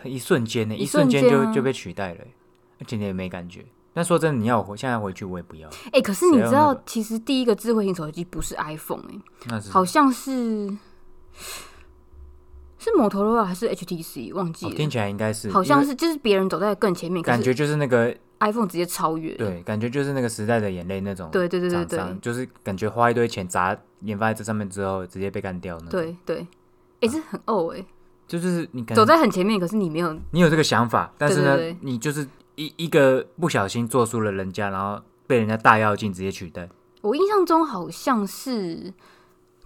[SPEAKER 2] 很一瞬间呢，
[SPEAKER 1] 一
[SPEAKER 2] 一瞬间
[SPEAKER 1] 瞬间
[SPEAKER 2] 就
[SPEAKER 1] 啊
[SPEAKER 2] 就被取代了欸，而且你也没感觉。那说真的，你要我回现在回去，我也不要。
[SPEAKER 1] 哎、可是你
[SPEAKER 2] 啊谁要
[SPEAKER 1] 知
[SPEAKER 2] 那
[SPEAKER 1] 道
[SPEAKER 2] 个，
[SPEAKER 1] 其实第一个智慧型手机不是 iPhone 哎、
[SPEAKER 2] 那是什么
[SPEAKER 1] 好像是是摩托罗拉还是 HTC 忘记
[SPEAKER 2] 哦、
[SPEAKER 1] 了，
[SPEAKER 2] 听起来应该是，
[SPEAKER 1] 好像
[SPEAKER 2] 因为
[SPEAKER 1] 是就是别人走在更前面，
[SPEAKER 2] 感
[SPEAKER 1] 可是
[SPEAKER 2] 觉就是那个
[SPEAKER 1] iPhone 直接超越。
[SPEAKER 2] 对，啊感觉就是那个时代的眼泪那种
[SPEAKER 1] 对对对对
[SPEAKER 2] 厂
[SPEAKER 1] 对
[SPEAKER 2] 商，就是感觉花一堆钱砸研发在这上面之后，直接被干掉呢。，
[SPEAKER 1] 对对，哎、这很哦哎、
[SPEAKER 2] 就是你啊感
[SPEAKER 1] 走
[SPEAKER 2] 觉
[SPEAKER 1] 在很前面，可是你没有
[SPEAKER 2] 你有这个想法，但是呢，
[SPEAKER 1] 对对对
[SPEAKER 2] 你就是一一个不小心做输了人家，然后被人家大跃进直接取代。
[SPEAKER 1] 我印象中好像是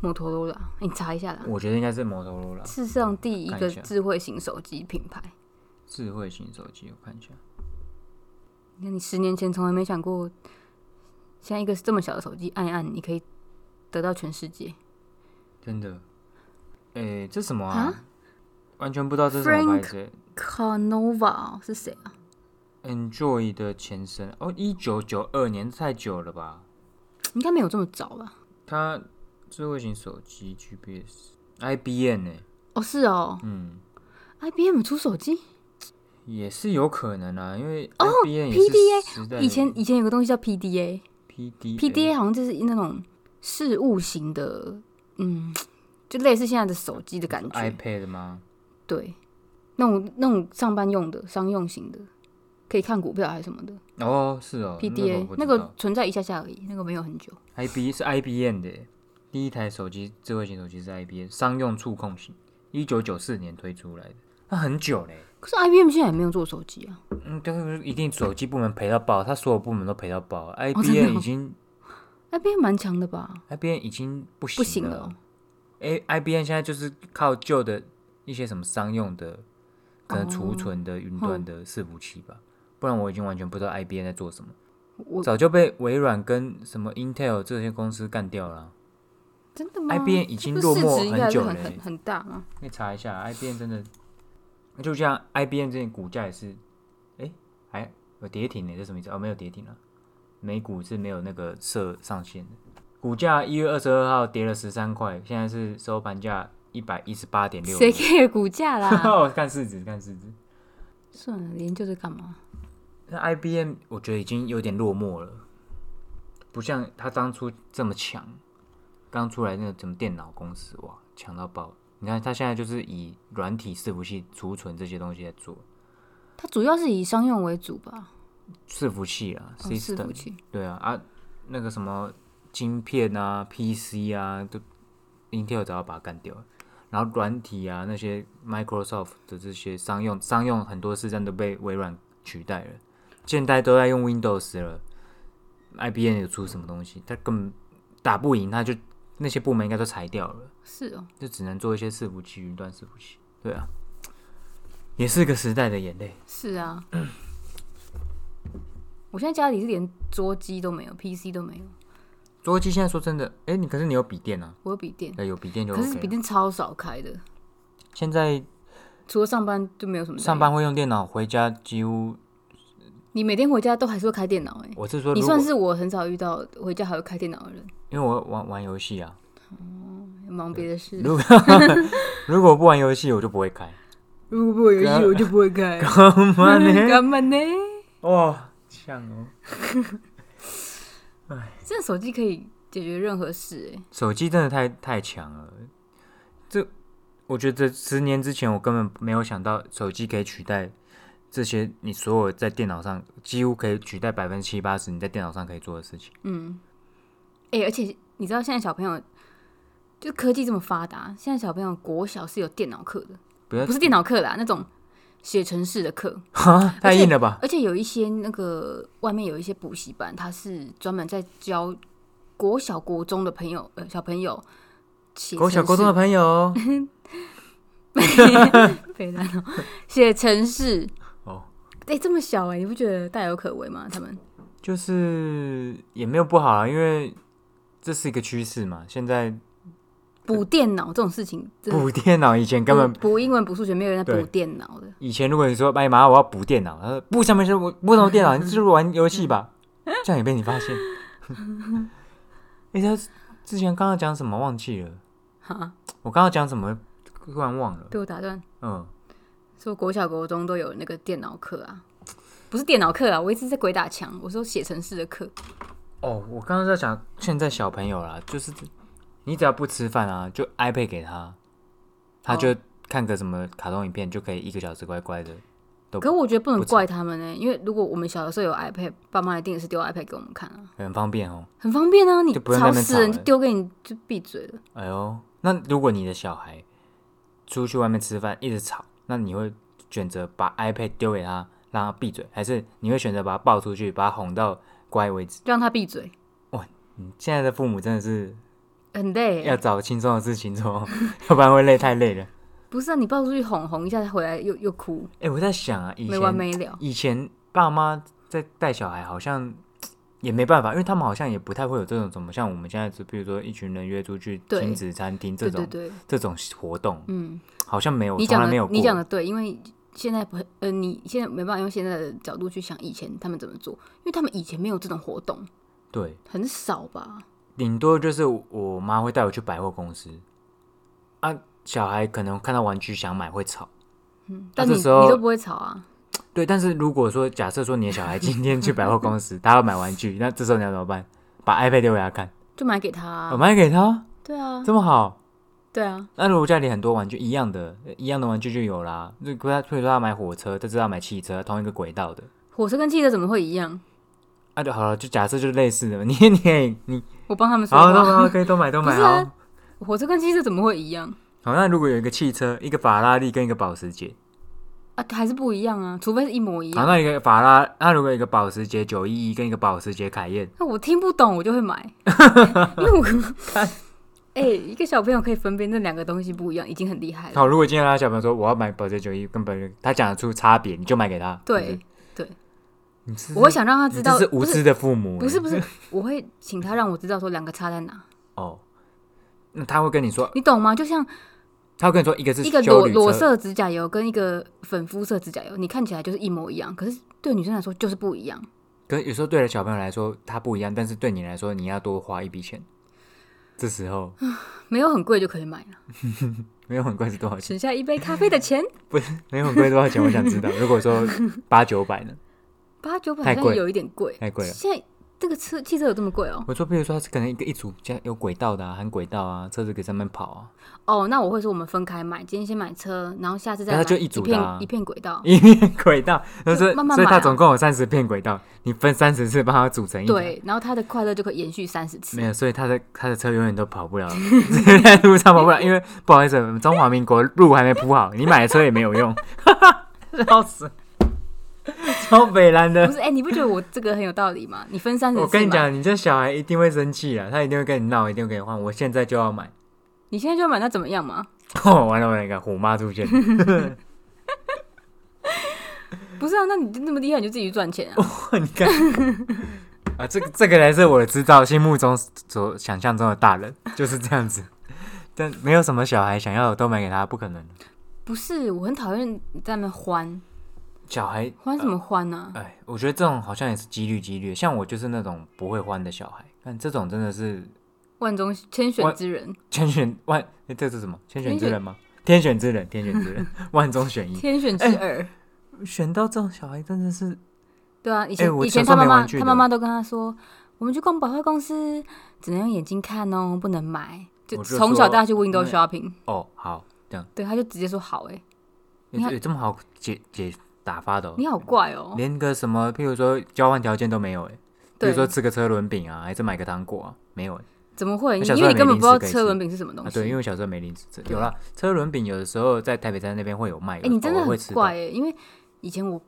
[SPEAKER 1] 摩托罗拉，诶你查一下啦。
[SPEAKER 2] 我觉得应该是摩托罗拉
[SPEAKER 1] 世上第一
[SPEAKER 2] 看
[SPEAKER 1] 个
[SPEAKER 2] 一下
[SPEAKER 1] 智慧型手机品牌，
[SPEAKER 2] 智慧型手机，我看一下。
[SPEAKER 1] 你看你十年前从来没想过，现在一个这么小的手机按一按，你可以得到全世界。
[SPEAKER 2] 真的，诶、这什么
[SPEAKER 1] 啊
[SPEAKER 2] 啊？完全不知道这是什么牌子
[SPEAKER 1] Canova 是谁啊？
[SPEAKER 2] ，Enjoy 的前身哦，一九九二年，太久了吧？
[SPEAKER 1] 应该没有这么早吧？
[SPEAKER 2] 它智慧型手机 GPS IBM 呢、
[SPEAKER 1] 哦，是哦
[SPEAKER 2] 欸嗯，
[SPEAKER 1] ，IBM 出手机，
[SPEAKER 2] 也是有可能啊，因为
[SPEAKER 1] 哦
[SPEAKER 2] IBM 也是
[SPEAKER 1] PDA
[SPEAKER 2] 时代的
[SPEAKER 1] 以前以前有个东西叫 PDA，PDA
[SPEAKER 2] PDA
[SPEAKER 1] 好像就是那种事务型的，嗯，就类似现在的手机的感觉，
[SPEAKER 2] iPad 吗？
[SPEAKER 1] 对，那种那种上班用的、商用型的，可以看股票还是什么的
[SPEAKER 2] 哦，是哦
[SPEAKER 1] ，PDA
[SPEAKER 2] 那
[SPEAKER 1] 那
[SPEAKER 2] 个我
[SPEAKER 1] 个存在一下下而已，那个没有很久。
[SPEAKER 2] 不知道 IB 是 IBM 的、欸第一台手机智慧型手机是 IBM 商用触控型，一九九四年推出来的，那很久嘞、
[SPEAKER 1] 可是 IBM 现在也没有做手机啊，
[SPEAKER 2] 嗯，但是一定手机部门赔到爆，他所有部门都赔到爆
[SPEAKER 1] 真的
[SPEAKER 2] ，IBM
[SPEAKER 1] 哦
[SPEAKER 2] 已经、
[SPEAKER 1] ，IBM 蛮强的吧？
[SPEAKER 2] IBM 已经不行
[SPEAKER 1] 不行了
[SPEAKER 2] 了。哎、i b m 现在就是靠旧的一些什么商用的，可能储存的云端的伺服器吧，不然我已经完全不知道 IBM 在做什么，
[SPEAKER 1] 我
[SPEAKER 2] 早就被微软跟什么 Intel 这些公司干掉了。啊
[SPEAKER 1] 真的吗
[SPEAKER 2] IBM 已经
[SPEAKER 1] 这
[SPEAKER 2] 落
[SPEAKER 1] 市值
[SPEAKER 2] 寞
[SPEAKER 1] 应该
[SPEAKER 2] 久
[SPEAKER 1] 是
[SPEAKER 2] 了
[SPEAKER 1] 很
[SPEAKER 2] 欸
[SPEAKER 1] 很，很大啊吗？
[SPEAKER 2] 可以查一下 IBM 真的，就像 IBM 这前股价也是，哎、还有跌停呢、这什么意思？哦，没有跌停啊，美股是没有那个设上限的。股价一月二十二号跌了十三块，现在是收盘价一百一十八点六。
[SPEAKER 1] 谁 care 股价 啦？
[SPEAKER 2] 我看市值，看市值。
[SPEAKER 1] 算了，研究这干嘛？
[SPEAKER 2] 那 IBM 我觉得已经有点落寞了，不像他当初这么强，刚出来那个什么电脑公司哇，强到爆！你看他现在就是以软体伺服器、储存这些东西在做
[SPEAKER 1] 它主要是以商用为主吧？
[SPEAKER 2] 伺服器啊
[SPEAKER 1] 哦，伺服
[SPEAKER 2] ，system，
[SPEAKER 1] 器
[SPEAKER 2] 对啊啊，那个什么晶片啊、PC 啊，都 Intel 早要把它干掉了。然后软体啊，那些 Microsoft 的这些商用商用很多市占都被微软取代了，现在都在用 Windows 了。IBM 有出什么东西？它根本打不赢，它就那些部门应该都裁掉了，
[SPEAKER 1] 是哦，
[SPEAKER 2] 就只能做一些伺服器、云端伺服器。对啊，也是个时代的眼泪。
[SPEAKER 1] 是啊。我现在家里是连桌机都没有，PC 都没有，
[SPEAKER 2] 桌机现在说真的，哎，你可是你有笔电啊？
[SPEAKER 1] 我有笔电，
[SPEAKER 2] 对，有笔电就
[SPEAKER 1] 可是
[SPEAKER 2] OK
[SPEAKER 1] 笔
[SPEAKER 2] 了。
[SPEAKER 1] 电超少开的，
[SPEAKER 2] 现在
[SPEAKER 1] 除了上班就没有什么。
[SPEAKER 2] 上班，会用电脑，回家几乎
[SPEAKER 1] 你每天回家都还是会开电脑哎、
[SPEAKER 2] 我是说，
[SPEAKER 1] 你
[SPEAKER 2] 如果
[SPEAKER 1] 算是我很少遇到回家还会开电脑的人，
[SPEAKER 2] 因为我玩玩游戏啊，
[SPEAKER 1] 忙别的事。
[SPEAKER 2] 如果如果不玩游戏，我就不会开。
[SPEAKER 1] 如果不玩游戏，我就不会开。
[SPEAKER 2] 干嘛呢？
[SPEAKER 1] 干嘛呢？
[SPEAKER 2] 哇，像哦！
[SPEAKER 1] 这手机可以解决任何事哎、
[SPEAKER 2] 手机真的太太强了。这我觉得十年之前，我根本没有想到手机可以取代这些你所有在电脑上几乎可以取代百分之七八十你在电脑上可以做的事情。
[SPEAKER 1] 嗯，哎、而且你知道现在小朋友就科技这么发达，现在小朋友国小是有电脑课的，
[SPEAKER 2] 不要
[SPEAKER 1] 不是电脑课啦，那种写程式的课，
[SPEAKER 2] 哈，太硬了 吧？
[SPEAKER 1] 而且有一些那个外面有一些补习班，它是专门在教国小国中的朋友呃小朋友写
[SPEAKER 2] 国小
[SPEAKER 1] 程
[SPEAKER 2] 国中
[SPEAKER 1] 式
[SPEAKER 2] 的 朋友哦
[SPEAKER 1] 北兰哦， 写城市
[SPEAKER 2] 哦，
[SPEAKER 1] 哎、这么小哎、你不觉得大有可为吗？他们
[SPEAKER 2] 就是也没有不好啊，因为这是一个趋势嘛。现在
[SPEAKER 1] 补电脑这种事情，真的
[SPEAKER 2] 补电脑以前根本
[SPEAKER 1] 补补英文、补数学，没有人在补
[SPEAKER 2] 对
[SPEAKER 1] 电脑的。
[SPEAKER 2] 以前如果你说哎妈，我要补电脑，他说不想没事，我不能电脑，你就是玩游戏吧，这样也被你发现。哎、他之前刚刚讲什么忘记了？
[SPEAKER 1] 哈，
[SPEAKER 2] 我刚刚讲什么突然忘了。
[SPEAKER 1] 被我打断，
[SPEAKER 2] 嗯，
[SPEAKER 1] 说国小、国中都有那个电脑课啊，不是电脑课啊，我一直在鬼打墙。我说写城市的课，
[SPEAKER 2] 哦，我刚刚在想，现在小朋友啦，就是你只要不吃饭啊，就 iPad 给他，他就看个什么卡通影片，就可以一个小时乖乖的。都
[SPEAKER 1] 可我觉得不能
[SPEAKER 2] 不止
[SPEAKER 1] 怪他们呢、因为如果我们小的时候有 iPad，爸妈一定也是丢 iPad 给我们看啊，
[SPEAKER 2] 很方便哦。
[SPEAKER 1] 很方便啊。你
[SPEAKER 2] 就不用
[SPEAKER 1] 吵
[SPEAKER 2] 在那边
[SPEAKER 1] 死了，
[SPEAKER 2] 吵
[SPEAKER 1] 你就
[SPEAKER 2] 了
[SPEAKER 1] 丢给你就闭嘴了。
[SPEAKER 2] 哎呦，那如果你的小孩出去外面吃饭一直吵，那你会选择把 iPad 丢给他，让他闭嘴，还是你会选择把他抱出去，把他哄到乖为止？
[SPEAKER 1] 让他闭嘴，
[SPEAKER 2] 嗯现在的父母真的是
[SPEAKER 1] 很累、
[SPEAKER 2] 要
[SPEAKER 1] 欸。
[SPEAKER 2] 找轻松的事情做， 要不然会累太累了。
[SPEAKER 1] 不是啊，你抱出去哄哄一下，他回来又又哭，
[SPEAKER 2] 哎、我在想啊，以
[SPEAKER 1] 没完
[SPEAKER 2] 前
[SPEAKER 1] 没了。
[SPEAKER 2] 以前爸妈在带小孩好像。也没办法，因为他们好像也不太会有这种什么，像我们现在就比如说一群人约出去
[SPEAKER 1] 对
[SPEAKER 2] 亲子餐厅这
[SPEAKER 1] 对
[SPEAKER 2] 种
[SPEAKER 1] 对对，
[SPEAKER 2] 这种活动，
[SPEAKER 1] 嗯，
[SPEAKER 2] 好像没有，
[SPEAKER 1] 你
[SPEAKER 2] 从
[SPEAKER 1] 讲
[SPEAKER 2] 来
[SPEAKER 1] 的
[SPEAKER 2] 没有过。
[SPEAKER 1] 你讲的对，因为现在不呃，你现在没办法用现在的角度去想以前他们怎么做，因为他们以前没有这种活动，
[SPEAKER 2] 对，
[SPEAKER 1] 很少吧？
[SPEAKER 2] 顶多就是我妈会带我去百货公司啊，小孩可能看到玩具想买会吵，
[SPEAKER 1] 嗯，
[SPEAKER 2] 那
[SPEAKER 1] 但你
[SPEAKER 2] 啊这时候
[SPEAKER 1] 你都不会吵啊，
[SPEAKER 2] 对。但是如果说假设说你的小孩今天去百货 公司，他要买玩具，那这时候你要怎么办？把 iPad 丢给他看，
[SPEAKER 1] 就买给他啊、
[SPEAKER 2] 我买给他，
[SPEAKER 1] 对啊，
[SPEAKER 2] 这么好。
[SPEAKER 1] 对啊，
[SPEAKER 2] 那如果家里很多玩具一样的，一样的玩具就有啦。那他譬如说他买火车，他知道买汽车，同一个轨道的，
[SPEAKER 1] 火车跟汽车怎么会一样？
[SPEAKER 2] 啊就好了，就假设就类似的， 你你也你，
[SPEAKER 1] 我帮他们说
[SPEAKER 2] 好，那
[SPEAKER 1] 话，
[SPEAKER 2] 那可以都买都
[SPEAKER 1] 不
[SPEAKER 2] 买
[SPEAKER 1] 是啊
[SPEAKER 2] 好。
[SPEAKER 1] 火车跟汽车怎么会一样
[SPEAKER 2] 好，那如果有一个汽车，一个法拉利跟一个保时捷，
[SPEAKER 1] 啊？还是不一样啊，除非是一模一
[SPEAKER 2] 好，
[SPEAKER 1] 样。
[SPEAKER 2] 那一个法拉，那如果有一个保时捷九一一跟一个保时捷凯宴，
[SPEAKER 1] 那我听不懂，我就会 买，因为我哎、一个小朋友可以分辨这两个东西不一样，已经很厉害了。
[SPEAKER 2] 好，如果今天他小朋友说我要买保时捷九一跟保时捷，他讲得出差别，你就买给他。是
[SPEAKER 1] 对，
[SPEAKER 2] 不是，
[SPEAKER 1] 我会想让他
[SPEAKER 2] 他
[SPEAKER 1] 知道，
[SPEAKER 2] 这是
[SPEAKER 1] 不
[SPEAKER 2] 无
[SPEAKER 1] 是
[SPEAKER 2] 知的父母，
[SPEAKER 1] 不是
[SPEAKER 2] 欸
[SPEAKER 1] 不是，我会请他让我知道说两个差在哪，
[SPEAKER 2] 哦。那他会跟你说，
[SPEAKER 1] 你懂吗？就像
[SPEAKER 2] 他会跟你说一个是
[SPEAKER 1] 一个
[SPEAKER 2] 修
[SPEAKER 1] 裸
[SPEAKER 2] 旅
[SPEAKER 1] 裸
[SPEAKER 2] 车，
[SPEAKER 1] 色指甲油跟一个粉肤色指甲油，你看起来就是一模一样，可是对女生来说就是不一样。
[SPEAKER 2] 可是有时候对了小朋友来说他不一样，但是对你来说你要多花一笔钱。这时候
[SPEAKER 1] 没有很贵就可以买了，
[SPEAKER 2] 没有很贵是多少
[SPEAKER 1] 省
[SPEAKER 2] 钱？
[SPEAKER 1] 下一杯咖啡的 钱，
[SPEAKER 2] 没有很贵多少钱？我想知道。如果说八九百呢？
[SPEAKER 1] 八九百
[SPEAKER 2] 太
[SPEAKER 1] 好
[SPEAKER 2] 贵
[SPEAKER 1] 像有一点贵，
[SPEAKER 2] 太贵了。
[SPEAKER 1] 现在这个车汽车有这么贵哦？
[SPEAKER 2] 我说，比如说，它是可能一个一组加有轨道的、啊，含轨道啊，车子可以上面跑啊，
[SPEAKER 1] 哦，那我会说我们分开买，今天先买车，然后下次再
[SPEAKER 2] 那
[SPEAKER 1] 买
[SPEAKER 2] 它就一组的
[SPEAKER 1] 片、
[SPEAKER 2] 啊
[SPEAKER 1] 一片轨道。
[SPEAKER 2] 一面轨道，那所以
[SPEAKER 1] 慢慢
[SPEAKER 2] 所以
[SPEAKER 1] 买
[SPEAKER 2] 它
[SPEAKER 1] 啊
[SPEAKER 2] 总共有三十片轨道，你分三十次帮它组成一条。
[SPEAKER 1] 对，然后他的快乐就可以延续三十次
[SPEAKER 2] 没。有，所以他的他的车永远都跑 不了，在路上跑不了，因为不好意思，我们中华民国路还没铺好，你买的车也没有用， 笑死，超北蓝
[SPEAKER 1] 不
[SPEAKER 2] 的。
[SPEAKER 1] 是，哎、你不觉得我这个很有道理吗？你分三十次，
[SPEAKER 2] 我跟你，讲，你这小孩一定会生气啊，他一定会跟你闹，一定会跟你换。我现在就要买，
[SPEAKER 1] 你现在就要买，那怎么样嘛？
[SPEAKER 2] 哦，完了完了，一个虎妈出现，
[SPEAKER 1] 不是啊，那你就那么厉害，你就自己去赚钱啊。
[SPEAKER 2] 哇，你看。 啊，这个这个才是我的知道，心目中所想象中的大人 就是这样子，但没有什么小孩想要的都买给他，不可能。
[SPEAKER 1] 不是，我很讨厌你在那边欢
[SPEAKER 2] 小孩
[SPEAKER 1] 欢什么欢啊呢、
[SPEAKER 2] 哎，我觉得这种好像也是几率几率，像我就是那种不会欢的小孩，但这种真的是
[SPEAKER 1] 万中千选之人，
[SPEAKER 2] 千选万，哎这是什么？千选之
[SPEAKER 1] 天选
[SPEAKER 2] 人吗？天选之人，天选 之人，万中选一，
[SPEAKER 1] 天选之二。
[SPEAKER 2] 选到这种小孩真的是，
[SPEAKER 1] 对啊，以
[SPEAKER 2] 哎
[SPEAKER 1] 前、
[SPEAKER 2] 我
[SPEAKER 1] 以前
[SPEAKER 2] 小
[SPEAKER 1] 他
[SPEAKER 2] 时候
[SPEAKER 1] 妈
[SPEAKER 2] 没玩
[SPEAKER 1] 妈
[SPEAKER 2] 具
[SPEAKER 1] 他
[SPEAKER 2] 的
[SPEAKER 1] 妈妈都跟他说，我们去逛百货公司只能用眼睛看哦，不能买。就
[SPEAKER 2] 我就
[SPEAKER 1] 从小带他去
[SPEAKER 2] 说
[SPEAKER 1] window
[SPEAKER 2] 那
[SPEAKER 1] shopping，
[SPEAKER 2] 哦，好，
[SPEAKER 1] 对，他就直接说好哎、
[SPEAKER 2] 有
[SPEAKER 1] 你看
[SPEAKER 2] 有这么好解解打发的、哦，
[SPEAKER 1] 你好怪哦、
[SPEAKER 2] 连个什么，譬如说交换条件都没有哎，比
[SPEAKER 1] 对
[SPEAKER 2] 如，说吃个车轮饼啊，还是买个糖果啊，没有哎，
[SPEAKER 1] 怎么会？
[SPEAKER 2] 我小时
[SPEAKER 1] 因
[SPEAKER 2] 候
[SPEAKER 1] 为你根本
[SPEAKER 2] 没零
[SPEAKER 1] 不知道
[SPEAKER 2] 食可以吃
[SPEAKER 1] 车轮饼是什么东
[SPEAKER 2] 啊
[SPEAKER 1] 西。
[SPEAKER 2] 对，因为小时候没零食吃，
[SPEAKER 1] 对
[SPEAKER 2] 有啦，车轮饼有的时候在台北站那边会有卖，
[SPEAKER 1] 哎、你真
[SPEAKER 2] 偶
[SPEAKER 1] 的
[SPEAKER 2] 尔会
[SPEAKER 1] 很
[SPEAKER 2] 吃到
[SPEAKER 1] 怪哎、因为以前我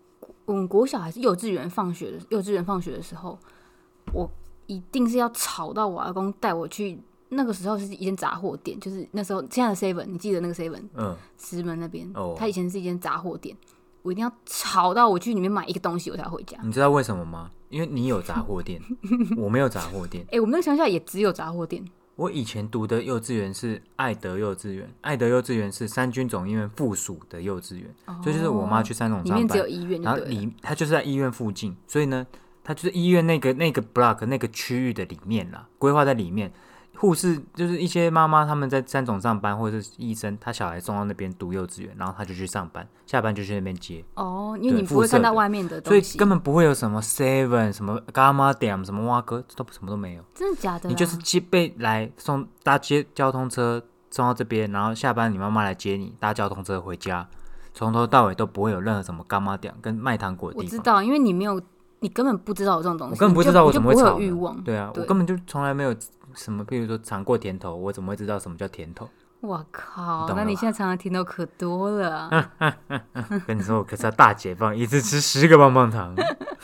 [SPEAKER 1] 我们国小还是幼稚园放学的，幼稚园放学的时候，我一定是要吵到我阿公带我去。那个时候是一间杂货店，就是那时候现在的 Seven，你记得那个 Seven
[SPEAKER 2] 嗯，
[SPEAKER 1] 石门那边
[SPEAKER 2] 哦
[SPEAKER 1] 它以前是一间杂货店，我一定要吵到我去里面买一个东西我才回家。
[SPEAKER 2] 你知道为什么吗？因为你有杂货店，我没有杂货店。
[SPEAKER 1] 哎、我们那个乡下也只有杂货店，
[SPEAKER 2] 我以前读的幼稚园是爱德幼稚园，爱德幼稚园是三军总医院附属的幼稚园，所以就是我妈去三总
[SPEAKER 1] 哦里
[SPEAKER 2] 上
[SPEAKER 1] 面只有
[SPEAKER 2] 班，
[SPEAKER 1] 医院就
[SPEAKER 2] 然
[SPEAKER 1] 嗯
[SPEAKER 2] 后
[SPEAKER 1] 对了。
[SPEAKER 2] 里她就是在医院附近，所以呢，她就是医院那个那个 block 那个区域的里面啦，规划在里面。护士就是一些妈妈，他们在三总上班，或者是医生，她小孩送到那边读幼稚园，然后她就去上班，下班就去那边接。
[SPEAKER 1] 哦，因
[SPEAKER 2] 对
[SPEAKER 1] 为你不
[SPEAKER 2] 附
[SPEAKER 1] 会
[SPEAKER 2] 设
[SPEAKER 1] 看到
[SPEAKER 2] 的
[SPEAKER 1] 外面的
[SPEAKER 2] 所以
[SPEAKER 1] 东西，
[SPEAKER 2] 根本不会有什么 seven 什么 gamma 点什么蛙哥，这都什么都没有。
[SPEAKER 1] 真的假的啦？啊
[SPEAKER 2] 你就是接被来送搭接交通车送到这边，然后下班你妈妈来接你，搭交通车回家，从头到尾都不会有任何什么干妈点跟卖糖果的
[SPEAKER 1] 我
[SPEAKER 2] 地
[SPEAKER 1] 知
[SPEAKER 2] 方。
[SPEAKER 1] 道，因为你没有，你根本不知道有这种东西，
[SPEAKER 2] 我根本不
[SPEAKER 1] 你就
[SPEAKER 2] 知道我
[SPEAKER 1] 你就
[SPEAKER 2] 怎么
[SPEAKER 1] 不
[SPEAKER 2] 会
[SPEAKER 1] 会
[SPEAKER 2] 吵
[SPEAKER 1] 有
[SPEAKER 2] 的
[SPEAKER 1] 欲望。
[SPEAKER 2] 对啊，我
[SPEAKER 1] 对
[SPEAKER 2] 根本就从来没有什么，譬如说尝过甜头，我怎么会知道什么叫甜头？
[SPEAKER 1] 我
[SPEAKER 2] 你
[SPEAKER 1] 靠，
[SPEAKER 2] 懂
[SPEAKER 1] 那
[SPEAKER 2] 了
[SPEAKER 1] 你
[SPEAKER 2] 吧嗯
[SPEAKER 1] 现在常常听到可多了啊、
[SPEAKER 2] 跟你说，我可是要大解放，一次吃十个棒棒糖。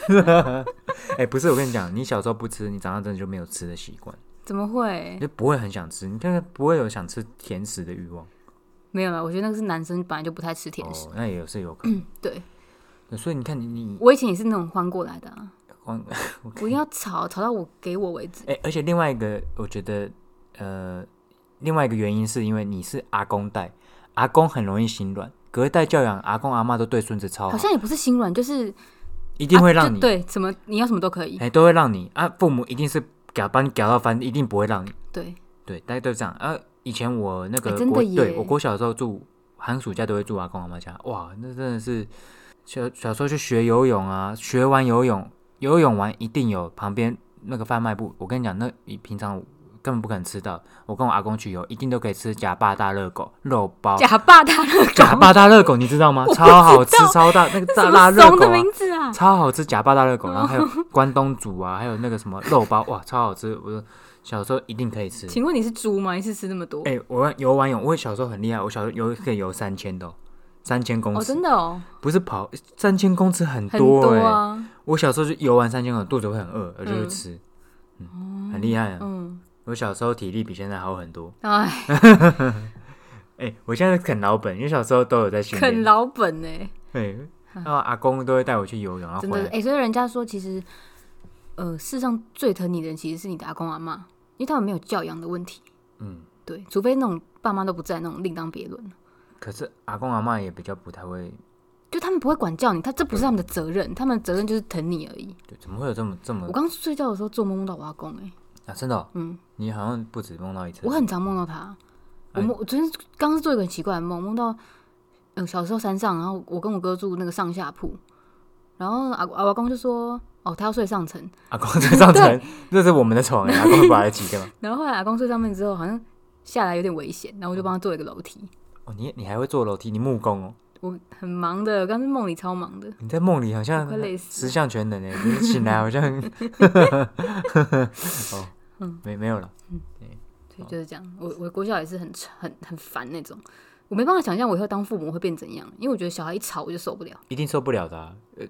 [SPEAKER 2] 哎、不是，我跟你讲，你小时候不吃，你长大真的就没有吃的习惯，
[SPEAKER 1] 怎么会
[SPEAKER 2] 你？就不会很想吃，你看不会有想吃甜食的欲望。
[SPEAKER 1] 没有了，我觉得那个是男生本来就不太吃甜食。嗯
[SPEAKER 2] 哦，那也是有可能。
[SPEAKER 1] 对
[SPEAKER 2] 所以你看你，你
[SPEAKER 1] 我以前也是那种翻过来的、啊，
[SPEAKER 2] 光
[SPEAKER 1] 我一定要吵吵到我给我为止。
[SPEAKER 2] 哎、而且另外一个，我觉得，呃，另外一个原因是因为你是阿公带，阿公很容易心软，隔代教养，阿公阿妈都对孙子超好
[SPEAKER 1] 好，像也不是心软，就是
[SPEAKER 2] 一
[SPEAKER 1] 一
[SPEAKER 2] 定会让你，哎、
[SPEAKER 1] 啊对什么你要什么都可以。
[SPEAKER 2] 都会让你啊，父母一定是搞把你搞到翻，一定不会让你，
[SPEAKER 1] 对，
[SPEAKER 2] 对，大家都这样啊。以前我那个
[SPEAKER 1] 哎真的
[SPEAKER 2] 国，
[SPEAKER 1] 耶
[SPEAKER 2] 对我国小的时候住寒暑假都会住阿公阿妈家，哇，那真的是小小时候去学游泳啊，学完游泳，游泳完一定有旁边那个贩卖部，我跟你讲，那你平常根本不可能吃到，我跟我阿公去游，一定都可以吃假霸大热狗肉包。
[SPEAKER 1] 假爸大乐
[SPEAKER 2] 假
[SPEAKER 1] 狗，
[SPEAKER 2] 霸大热狗你知道 吗？
[SPEAKER 1] 我不知
[SPEAKER 2] 超
[SPEAKER 1] 道
[SPEAKER 2] 好吃，超大那
[SPEAKER 1] 什
[SPEAKER 2] 个大大
[SPEAKER 1] 么
[SPEAKER 2] 热
[SPEAKER 1] 怂
[SPEAKER 2] 狗
[SPEAKER 1] 的
[SPEAKER 2] 啊，
[SPEAKER 1] 名字啊？
[SPEAKER 2] 超好吃假巴大热
[SPEAKER 1] 哦
[SPEAKER 2] 狗，然后还有关东煮啊，还有那个什么肉包，哇，超好吃！我小时候一定可以吃。
[SPEAKER 1] 请问你是猪吗？一次吃那么多？
[SPEAKER 2] 哎、我玩游完泳，我小时候很厉害，我小时候游可以游三千的、哦，三千公
[SPEAKER 1] 哦，
[SPEAKER 2] 尺，
[SPEAKER 1] 真的哦，
[SPEAKER 2] 不是跑三千公尺很
[SPEAKER 1] 很
[SPEAKER 2] 多哎、
[SPEAKER 1] 啊，
[SPEAKER 2] 我小时候就游完三千公尺，肚子会很饿，我就会
[SPEAKER 1] 嗯
[SPEAKER 2] 吃，嗯，很厉害啊！
[SPEAKER 1] 嗯，
[SPEAKER 2] 我小时候体力比现在好很多。
[SPEAKER 1] 哎，
[SPEAKER 2] 哎、我现在啃老本，因为小时候都有在训
[SPEAKER 1] 啃
[SPEAKER 2] 练。
[SPEAKER 1] 老本哎、
[SPEAKER 2] 对，然后阿公都会带我去游泳，然后
[SPEAKER 1] 真
[SPEAKER 2] 回
[SPEAKER 1] 的
[SPEAKER 2] 来
[SPEAKER 1] 哎、。欸所以人家说，其实，呃，世上最疼你的人其实是你的阿公阿妈，因为他们没有教养的问题。
[SPEAKER 2] 嗯，
[SPEAKER 1] 对，除非那种爸妈都不在，那种另当别论。
[SPEAKER 2] 可是阿公阿妈也比较不太会，
[SPEAKER 1] 就他们不会管教你，他这不是他们的责任，他们的责任就是疼你而已。
[SPEAKER 2] 对，怎么会有这么这么
[SPEAKER 1] 我刚睡觉的时候做梦梦到我阿公、欸，哎，
[SPEAKER 2] 啊，真的、哦，
[SPEAKER 1] 嗯，
[SPEAKER 2] 你好像不止梦到一次，
[SPEAKER 1] 我很常梦到他。我
[SPEAKER 2] 哎
[SPEAKER 1] 梦，我昨天刚刚是做一个很奇怪的梦，梦到呃小时候山上，然后我跟我哥住那个上下铺，然后阿阿阿公就说哦他要睡上层，
[SPEAKER 2] 阿公在上层，这是我们 的床哎，阿公把来挤干嘛？
[SPEAKER 1] 然后后来阿公睡上面之后好像下来有点危险，然后我就帮他做了一个楼梯。
[SPEAKER 2] 哦，你你还会坐楼梯，你木工哦，
[SPEAKER 1] 我很忙的，刚才梦里超忙的，
[SPEAKER 2] 你在梦里好像
[SPEAKER 1] 我快累死
[SPEAKER 2] 十项全能哎，你醒来好像， 哦，
[SPEAKER 1] 嗯
[SPEAKER 2] 没没有了，
[SPEAKER 1] 所以就是这样。我我国小也是很吵很很烦那种，我没办法想象我以后当父母会变怎样，因为我觉得小孩一吵我就受不了。
[SPEAKER 2] 一定受不了的、啊。呃，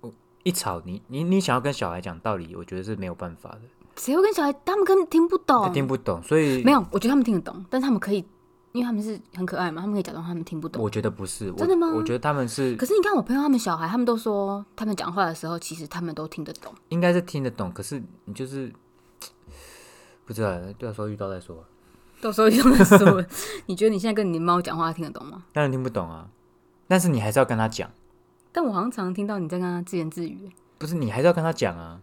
[SPEAKER 2] 我一吵你你你想要跟小孩讲道理，我觉得是没有办法的，
[SPEAKER 1] 谁会跟小孩？他们根本听不
[SPEAKER 2] 他
[SPEAKER 1] 懂，
[SPEAKER 2] 听不懂，所以
[SPEAKER 1] 哦没有。我觉得他们听得懂，但是他们可以，因为他们是很可爱嘛，他们可以假装他们听不懂。
[SPEAKER 2] 我觉得不是，我
[SPEAKER 1] 真的吗
[SPEAKER 2] 我觉得他们是
[SPEAKER 1] 可是你看我朋友他们小孩，他们都说他们讲话的时候，其实他们都听得懂。
[SPEAKER 2] 应该是听得懂，可是你就是不知道，到时候遇到再说吧。
[SPEAKER 1] 到时候用的 时候，你觉得你现在跟你的猫讲话，它听得懂吗？
[SPEAKER 2] 当然听不懂啊，但是你还是要跟他讲，
[SPEAKER 1] 但我好像常常听到你在跟它自言自语。
[SPEAKER 2] 不是你还是要跟他讲啊。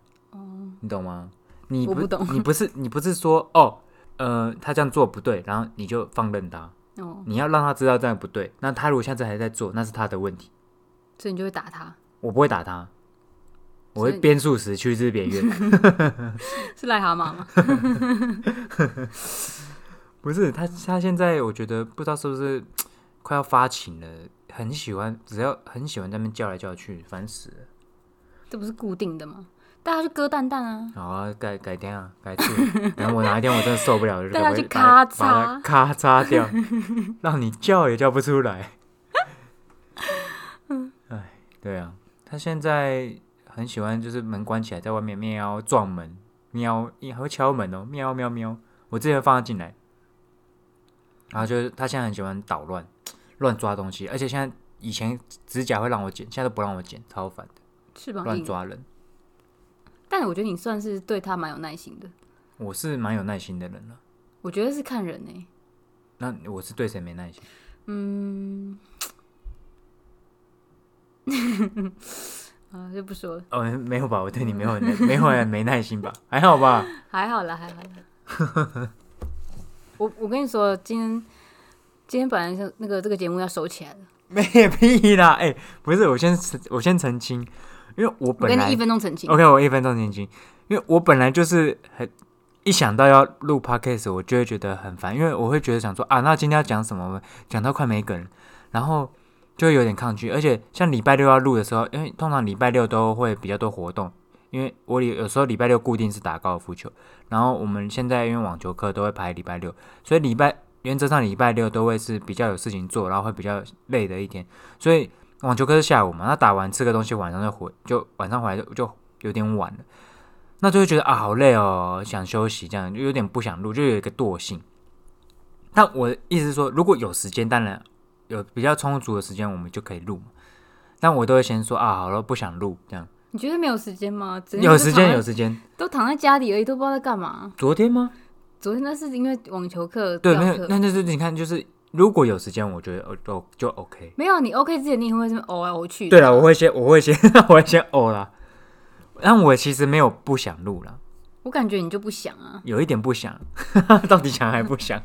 [SPEAKER 2] 你懂吗？你
[SPEAKER 1] 我不懂
[SPEAKER 2] 你不是你不是说哦，呃，他这样做不对，然后你就放任他，
[SPEAKER 1] 哦，
[SPEAKER 2] 你要让他知道这样不对。那他如果下次还在做，那是他的问题，
[SPEAKER 1] 所以你就会打它，
[SPEAKER 2] 我不会打他，我
[SPEAKER 1] 所以
[SPEAKER 2] 会边数时去之别远。
[SPEAKER 1] 是癞蛤蟆吗？
[SPEAKER 2] 不是他，他现在我觉得不知道是不是快要发情了，很喜欢，只要很喜欢在那边叫来叫去，烦死了。
[SPEAKER 1] 这不是固定的吗？带它去割蛋蛋啊！
[SPEAKER 2] 好啊，改改天啊， 改次。然后我哪一天我真的受不了，我就
[SPEAKER 1] 带他
[SPEAKER 2] 会
[SPEAKER 1] 去
[SPEAKER 2] 把它
[SPEAKER 1] 啊咔
[SPEAKER 2] 把它咔嚓 掉，让你叫也叫不出来。
[SPEAKER 1] 嗯
[SPEAKER 2] 哎，对啊，他现在很喜欢，就是门关起来，在外面喵撞门，喵，还会敲门哦，喵喵喵。我之前放他进来，然后就是他现在很喜欢捣乱，乱抓东西，而且现在以前指甲会让我剪，现在都不让我剪，超烦的，
[SPEAKER 1] 翅膀
[SPEAKER 2] 乱
[SPEAKER 1] 硬，
[SPEAKER 2] 抓人。
[SPEAKER 1] 但我觉得你算是对它蛮有耐心的。
[SPEAKER 2] 我是蛮有耐心的人啊了。
[SPEAKER 1] 我觉得是看人呢、欸
[SPEAKER 2] 那我是对谁没耐心？
[SPEAKER 1] 嗯，啊，就不说了，
[SPEAKER 2] 哦，没有吧？我对你没有很耐没有很没耐心吧？还好吧？
[SPEAKER 1] 还好啦，还好啦。我我跟你说，今天今天本来是那个这个节目要收起来了，
[SPEAKER 2] 没屁啦！哎、不是，我先我先澄清，因为我
[SPEAKER 1] 我
[SPEAKER 2] 本
[SPEAKER 1] 给你
[SPEAKER 2] 来哦
[SPEAKER 1] 一分钟澄清。
[SPEAKER 2] OK，我一分钟澄清，因为我本来就是很一想到要录 podcast，我就会觉得很烦，因为我会觉得想说啊，那今天要讲什么？讲到快没梗，然后就会有点抗拒。而且像礼拜六要录的时候，因为通常礼拜六都会比较多活动，因为我有有时候礼拜六固定是打高尔夫球，然后我们现在因为网球课都会排礼拜六，所以礼拜原则上礼拜六都会是比较有事情做，然后会比较累的一天，所以。网球课是下午嘛，那打完吃个东西，晚上就回，就晚上回来就就有点晚了，那就会觉得啊好累哦，想休息，这样就有点不想录，就有一个惰性。但我的意思是说，如果有时间，当然有比较充足的时间，我们就可以录嘛。但我都会先说啊，好了，不想录，这样
[SPEAKER 1] 你觉得没有时间吗？整天都
[SPEAKER 2] 有时
[SPEAKER 1] 躺
[SPEAKER 2] 间
[SPEAKER 1] 在
[SPEAKER 2] 有时间。
[SPEAKER 1] 都躺在家里而已，都不知道在干嘛。
[SPEAKER 2] 昨天吗？
[SPEAKER 1] 昨天那是因为网球课
[SPEAKER 2] 对，
[SPEAKER 1] 掉
[SPEAKER 2] 没有，
[SPEAKER 1] 课
[SPEAKER 2] 那那就是你看，就是如果有时间，我觉得哦就就 OK。
[SPEAKER 1] 没有啊你 OK 之前，你也会这么偶来偶去。啊
[SPEAKER 2] 对啊了，我会先我会先 我会先哦啦，但我其实没有不想录啦。
[SPEAKER 1] 我感觉你就不想啊。
[SPEAKER 2] 有一点不想， 到底想还不想？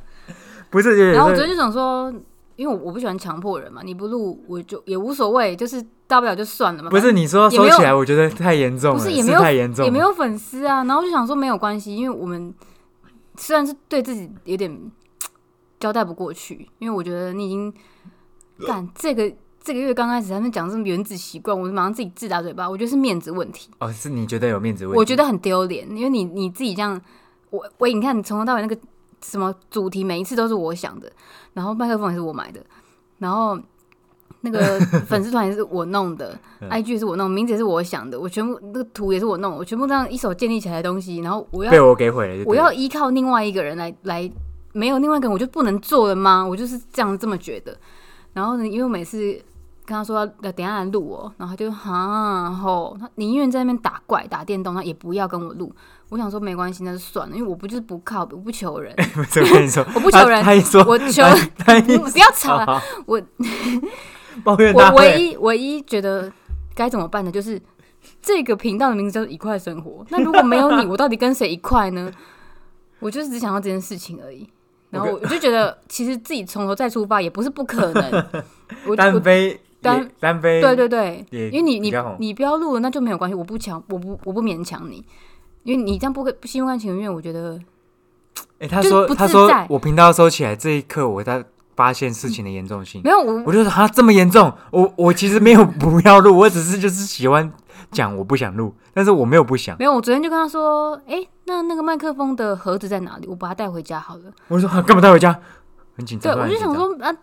[SPEAKER 2] 不是，就是
[SPEAKER 1] 然后我昨天就想说，因为我我不喜欢强迫人嘛，你不录我就也无所谓，就是大不了就算了嘛。
[SPEAKER 2] 不是你说
[SPEAKER 1] 也没
[SPEAKER 2] 收
[SPEAKER 1] 有
[SPEAKER 2] 起来，我觉得太严重了，
[SPEAKER 1] 不是
[SPEAKER 2] 是
[SPEAKER 1] 也没有
[SPEAKER 2] 太严重了，
[SPEAKER 1] 也没有粉丝啊。然后我就想说没有关系，因为我们虽然是对自己有点交代不过去，因为我觉得你已经干这个这个月刚开始他们讲这么原子习惯，我就马上自己自打嘴巴，我觉得是面子问题，
[SPEAKER 2] 哦，是你觉得有面子问题？
[SPEAKER 1] 我觉得很丢脸，因为你你自己这样，我我你看你从头到尾那个什么主题，每一次都是我想的，然后麦克风也是我买的，然后。那 个粉丝团也是我弄的
[SPEAKER 2] 嗯
[SPEAKER 1] ，IG 也是我弄，名字也是我想的，我全部那个图也是我弄，我全部这样一手建立起来的东西，然后我要
[SPEAKER 2] 被我给毁了就对了，
[SPEAKER 1] 我要依靠另外一个人来来，没有另外一个人我就不能做了吗？我就是这样这么觉得。然后呢，因为我每次跟他说要要等一下来录哦，然后他就哈吼，他宁愿在那边打怪打电动，他也不要跟我录。我想说没关系，那就算了，因为我不就是不靠，我不求人，
[SPEAKER 2] 不是我跟你说，
[SPEAKER 1] 我不求人
[SPEAKER 2] 他他一说，
[SPEAKER 1] 我求
[SPEAKER 2] 他他
[SPEAKER 1] 你
[SPEAKER 2] 一
[SPEAKER 1] 不要吵了。
[SPEAKER 2] 好
[SPEAKER 1] 我
[SPEAKER 2] 抱 怨大
[SPEAKER 1] 我唯
[SPEAKER 2] 会，
[SPEAKER 1] 一唯一觉得该怎么办的就是。这个频道的名字叫做“一块生活”，那如果没有你，我到底跟谁一块呢？ 我就是只想到这件事情而已。然后我就觉得，其实自己从头再出发也不是不可 能。我
[SPEAKER 2] 单
[SPEAKER 1] 我
[SPEAKER 2] 飞也
[SPEAKER 1] 单
[SPEAKER 2] 单飞，
[SPEAKER 1] 对对对，
[SPEAKER 2] 也
[SPEAKER 1] 因为你
[SPEAKER 2] 比
[SPEAKER 1] 你
[SPEAKER 2] 较红
[SPEAKER 1] 你不要录了，那就没有关系，我不强，我不我不勉强你，因为你这样不可不心甘情愿，我觉
[SPEAKER 2] 嗯
[SPEAKER 1] 得
[SPEAKER 2] 哎、他
[SPEAKER 1] 就是
[SPEAKER 2] 说
[SPEAKER 1] 不
[SPEAKER 2] 他
[SPEAKER 1] 自
[SPEAKER 2] 说
[SPEAKER 1] 在
[SPEAKER 2] 我频道收起来这一刻，我才发现事情的严重性。
[SPEAKER 1] 没有我
[SPEAKER 2] 我就说他这么严重，我我其实没有不要录，我只是就是喜欢讲我不想录，但是我没有不想。
[SPEAKER 1] 没有，我昨天就跟他说，哎、那那个麦克风的盒子在哪里？我把它带回家好了。
[SPEAKER 2] 我就说啊干嘛带回家？很紧
[SPEAKER 1] 对，
[SPEAKER 2] 张，
[SPEAKER 1] 我就
[SPEAKER 2] 突然
[SPEAKER 1] 想
[SPEAKER 2] 很紧张，
[SPEAKER 1] 说，啊，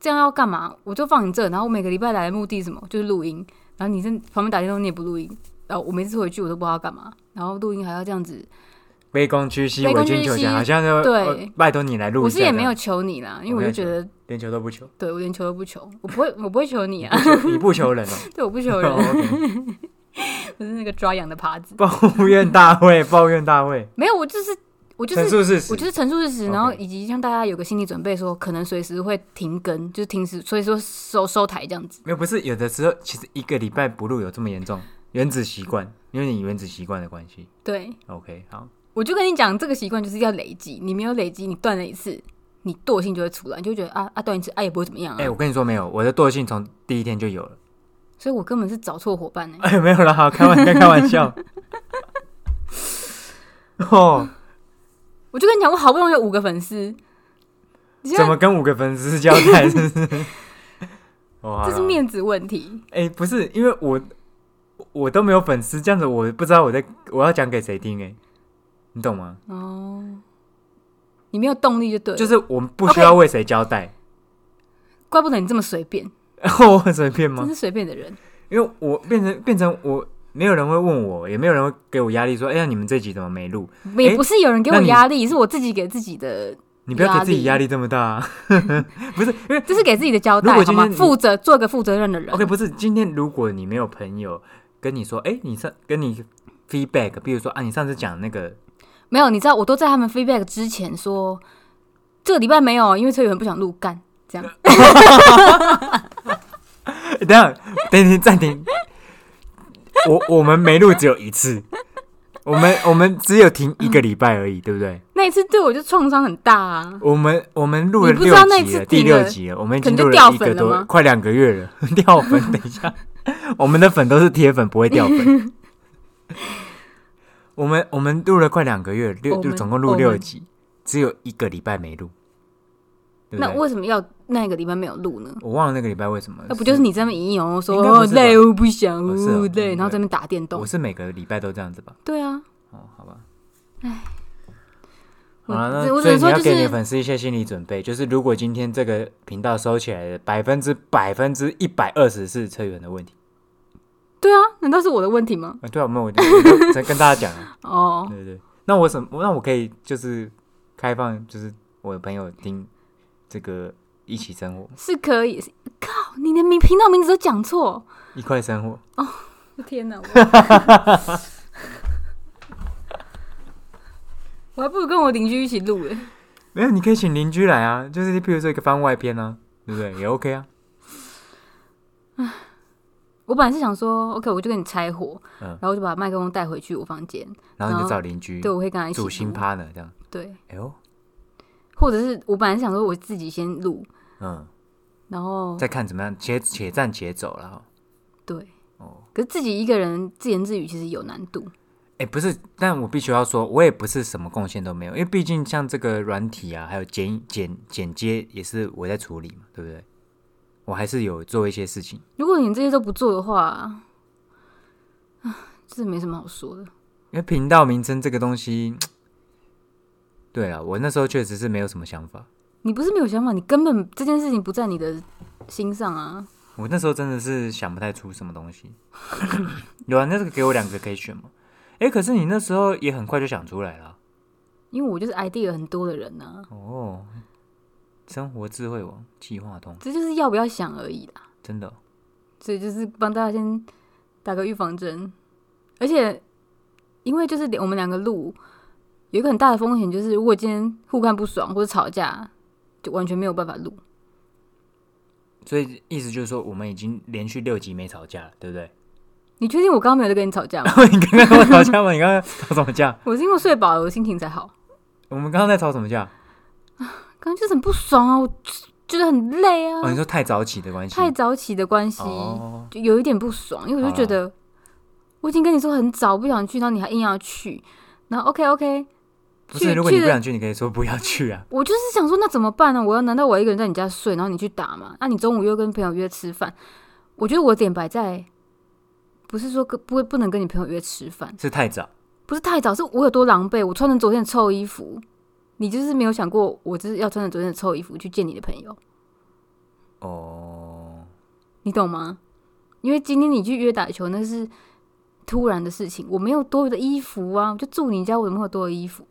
[SPEAKER 1] 这样要干嘛？我就放你这，然后我每个礼拜来的目的是什么？就是录音。然后你在旁边打电动，你也不录音。然后我每次回去我都不知道要干嘛，然后录音还要这样子。
[SPEAKER 2] 卑躬屈膝，
[SPEAKER 1] 卑躬
[SPEAKER 2] 委曲
[SPEAKER 1] 屈
[SPEAKER 2] 求
[SPEAKER 1] 膝
[SPEAKER 2] 全，好像就
[SPEAKER 1] 对
[SPEAKER 2] 呃拜托你来录
[SPEAKER 1] 我
[SPEAKER 2] 一
[SPEAKER 1] 是
[SPEAKER 2] 下。
[SPEAKER 1] 也没有，求你啦，因为我就觉得，
[SPEAKER 2] 连求都 不求，
[SPEAKER 1] 对我连求都不求，我不会，我不会求你 啊
[SPEAKER 2] 不，求你不求人哦。
[SPEAKER 1] 对，我不求人，
[SPEAKER 2] OK
[SPEAKER 1] 我是那个抓痒的耙子。
[SPEAKER 2] 抱怨大会，抱怨大会，
[SPEAKER 1] 没有，我就是我就
[SPEAKER 2] 陈
[SPEAKER 1] 是
[SPEAKER 2] 述事实。
[SPEAKER 1] 我就是陈述事实，然后
[SPEAKER 2] OK
[SPEAKER 1] 以及让大家有个心理准备，说可能随时会停更，就是停止，所以说收收台这样子。
[SPEAKER 2] 没有，不是有的时候，其实一个礼拜不录有这么严重，原子习惯，因为你原子习惯的关系。
[SPEAKER 1] 对，
[SPEAKER 2] OK，好，
[SPEAKER 1] 我就跟你讲，这个习惯就是要累积，你没有累积，你断了一次，你惰性就会出来，你就会觉得啊啊断一次啊也不会怎么样啊，
[SPEAKER 2] 哎、我跟你说没有，我的惰性从第一天就有了。
[SPEAKER 1] 所以我根本是找错伙伴欸呢、
[SPEAKER 2] 哎、没有啦，好开玩笑，开 玩笑。哦，
[SPEAKER 1] 我就跟你讲，我好不容易有五个粉丝，你现
[SPEAKER 2] 怎
[SPEAKER 1] 在
[SPEAKER 2] 么跟五个粉丝交代？是不是？ 哦，好
[SPEAKER 1] 这是
[SPEAKER 2] 啦
[SPEAKER 1] 面子问题，
[SPEAKER 2] 哎、不是，因为我我都没有粉丝，这样子我不知道我在我要讲给谁听哎、你懂吗？
[SPEAKER 1] 哦你没有动力就对了，
[SPEAKER 2] 就是我们不需要为谁交代，
[SPEAKER 1] 怪不得你这么随便，
[SPEAKER 2] 然后我随便吗
[SPEAKER 1] 真？是随便的人。
[SPEAKER 2] 因为我变成变成我，没有人会问我，也没有人会给我压力说，哎、呀，你们这集怎么没录？
[SPEAKER 1] 也不是有人给
[SPEAKER 2] 那
[SPEAKER 1] 我
[SPEAKER 2] 你
[SPEAKER 1] 压力，是我自己给自己的，
[SPEAKER 2] 你不要给自己
[SPEAKER 1] 压
[SPEAKER 2] 压力这么大、啊，不是因为
[SPEAKER 1] 这是给自己的交
[SPEAKER 2] 如
[SPEAKER 1] 代，
[SPEAKER 2] 果
[SPEAKER 1] 好
[SPEAKER 2] 今
[SPEAKER 1] 吗？
[SPEAKER 2] 天你
[SPEAKER 1] 负责做个负责任的人。
[SPEAKER 2] 啊 OK，不是今天如果你没有朋友跟你说，哎、你上跟你 feedback，比如说啊，你上次讲那个，
[SPEAKER 1] 没有，你知道，我都在他们 feedback 之前说，这个礼拜没有，因为崔宇很不想录干，这样
[SPEAKER 2] 诶等一下等一下暂停，我我们没录只有一次，我们我们只有停一个礼拜而已，对不对？
[SPEAKER 1] 那一次对我就创伤很大啊。
[SPEAKER 2] 我们我们录了
[SPEAKER 1] 你不
[SPEAKER 2] 六
[SPEAKER 1] 知道那
[SPEAKER 2] 集
[SPEAKER 1] 次
[SPEAKER 2] 了，第
[SPEAKER 1] 停了
[SPEAKER 2] 六集了，我们已
[SPEAKER 1] 可
[SPEAKER 2] 经
[SPEAKER 1] 能
[SPEAKER 2] 录
[SPEAKER 1] 就掉
[SPEAKER 2] 了一
[SPEAKER 1] 粉
[SPEAKER 2] 个
[SPEAKER 1] 了
[SPEAKER 2] 多
[SPEAKER 1] 吗
[SPEAKER 2] 快两个月了， 掉粉。等一下，我们的粉都是铁粉，不会掉粉。 我们我们录了快两个月，六
[SPEAKER 1] 我
[SPEAKER 2] 就
[SPEAKER 1] 们
[SPEAKER 2] 总共
[SPEAKER 1] 我
[SPEAKER 2] 录
[SPEAKER 1] 们
[SPEAKER 2] 六集，只有一个礼拜没录，对不
[SPEAKER 1] 那
[SPEAKER 2] 对？
[SPEAKER 1] 为什么要那个礼拜没有录呢？
[SPEAKER 2] 我忘了那个礼拜为什么？
[SPEAKER 1] 那不就是你这么隐隐哦说
[SPEAKER 2] 呃应该不
[SPEAKER 1] 哦
[SPEAKER 2] 是吧
[SPEAKER 1] 累，我不想
[SPEAKER 2] 哦是哦
[SPEAKER 1] 录累，
[SPEAKER 2] 嗯
[SPEAKER 1] 然后在那边打电动
[SPEAKER 2] 我。是每个礼拜都这样子吧？
[SPEAKER 1] 对啊，
[SPEAKER 2] 哦，好吧。好
[SPEAKER 1] 我
[SPEAKER 2] 了，
[SPEAKER 1] 只
[SPEAKER 2] 那
[SPEAKER 1] 我
[SPEAKER 2] 所
[SPEAKER 1] 只
[SPEAKER 2] 以
[SPEAKER 1] 能
[SPEAKER 2] 你
[SPEAKER 1] 说
[SPEAKER 2] 要
[SPEAKER 1] 就
[SPEAKER 2] 给你的
[SPEAKER 1] 是
[SPEAKER 2] 粉丝一些心理准备，就是如果今天这个频道收起来的百分之百分之一百二十是车源的问题。
[SPEAKER 1] 对啊，难道是我的问题吗？
[SPEAKER 2] 啊，对啊，没有，我就我就在跟大家讲啊，
[SPEAKER 1] 哦，
[SPEAKER 2] 对对对。那我什么？那我可以就是开放，就是我的朋友听这个一起生活，
[SPEAKER 1] 是可以。是靠，你连名频道名字都讲错！
[SPEAKER 2] 一块生活。
[SPEAKER 1] 天哪，我 我还不如跟我邻居一起录哎。
[SPEAKER 2] 没有，你可以请邻居来啊，就是譬如说一个番外篇啊，对不对？也 OK 啊。
[SPEAKER 1] 我本来是想说，OK，我就跟你拆伙，
[SPEAKER 2] 嗯
[SPEAKER 1] 然后我就把麦克风带回去我房间，
[SPEAKER 2] 然后你
[SPEAKER 1] 然
[SPEAKER 2] 就
[SPEAKER 1] 后
[SPEAKER 2] 找邻居
[SPEAKER 1] 对，我会跟他一起
[SPEAKER 2] 主新
[SPEAKER 1] 录
[SPEAKER 2] partner 这样。
[SPEAKER 1] 对，
[SPEAKER 2] 哎呦，
[SPEAKER 1] 或者是我本来是想说我自己先录，
[SPEAKER 2] 嗯，
[SPEAKER 1] 然后
[SPEAKER 2] 再看怎么样，且且战且走了哈。
[SPEAKER 1] 对，
[SPEAKER 2] 哦，
[SPEAKER 1] 可是自己一个人自言自语其实有难度，
[SPEAKER 2] 哎、不是，但我必须要说，我也不是什么贡献都没有，因为毕竟像这个软体啊，还有剪剪剪接也是我在处理嘛，对不对？我还是有做一些事情，
[SPEAKER 1] 如果你这些都不做的话，啊，这没什么好说的。
[SPEAKER 2] 因为频道名称这个东西，对啊，我那时候确实是没有什么想法，
[SPEAKER 1] 你不是没有想法，你根本这件事情不在你的心上啊。
[SPEAKER 2] 我那时候真的是想不太出什么东西。 有啊，那个给我两个可以选嘛？哎、可是你那时候也很快就想出来了
[SPEAKER 1] 因为我就是 idea 很多的人呐、啊，
[SPEAKER 2] 哦，生活智慧网计划通，
[SPEAKER 1] 这就是要不要想而已啦。
[SPEAKER 2] 真的哦、
[SPEAKER 1] 所以就是帮大家先打个预防针。而且，因为就是我们两个录，有一个很大的风险，就是如果今天互看不爽或者吵架，就完全没有办法录。
[SPEAKER 2] 所以意思就是说，我们已经连续六集没吵架了，对不对？
[SPEAKER 1] 你确定我刚刚没有在跟你吵架吗？
[SPEAKER 2] 你刚刚跟我吵架吗？你刚刚吵什么架？
[SPEAKER 1] 我是因为睡饱了，我心情才好。
[SPEAKER 2] 我们刚刚在吵什么架？
[SPEAKER 1] 刚刚就是很不爽啊，我觉得很累啊，
[SPEAKER 2] 哦，你说太早起的关系，
[SPEAKER 1] 太早起的关系、
[SPEAKER 2] 哦，
[SPEAKER 1] 就有一点不爽，因为我就觉得、我已经跟你说很早不想去，然后你还硬要去，然后 OK OK，
[SPEAKER 2] 不
[SPEAKER 1] 去
[SPEAKER 2] 是，如果你
[SPEAKER 1] 去
[SPEAKER 2] 不
[SPEAKER 1] 了
[SPEAKER 2] 想去，你哦可以说不要去啊。
[SPEAKER 1] 我就是想说那怎么办呢？我要难道我要一个人在你家睡，然后你去打嘛？那你中午又跟朋友约吃饭，我觉得我点摆在不是说跟不会不能跟你朋友约吃饭，
[SPEAKER 2] 是太早，
[SPEAKER 1] 不是太早，是我有多狼狈，我穿着昨天的臭衣服，你就是没有想过我就是要穿着昨天的臭衣服去见你的朋友，
[SPEAKER 2] 哦，
[SPEAKER 1] 你懂吗？因为今天你去约打球那是突然的事情，我没有多余的衣服啊，我就住你家，我有没有多余的衣服？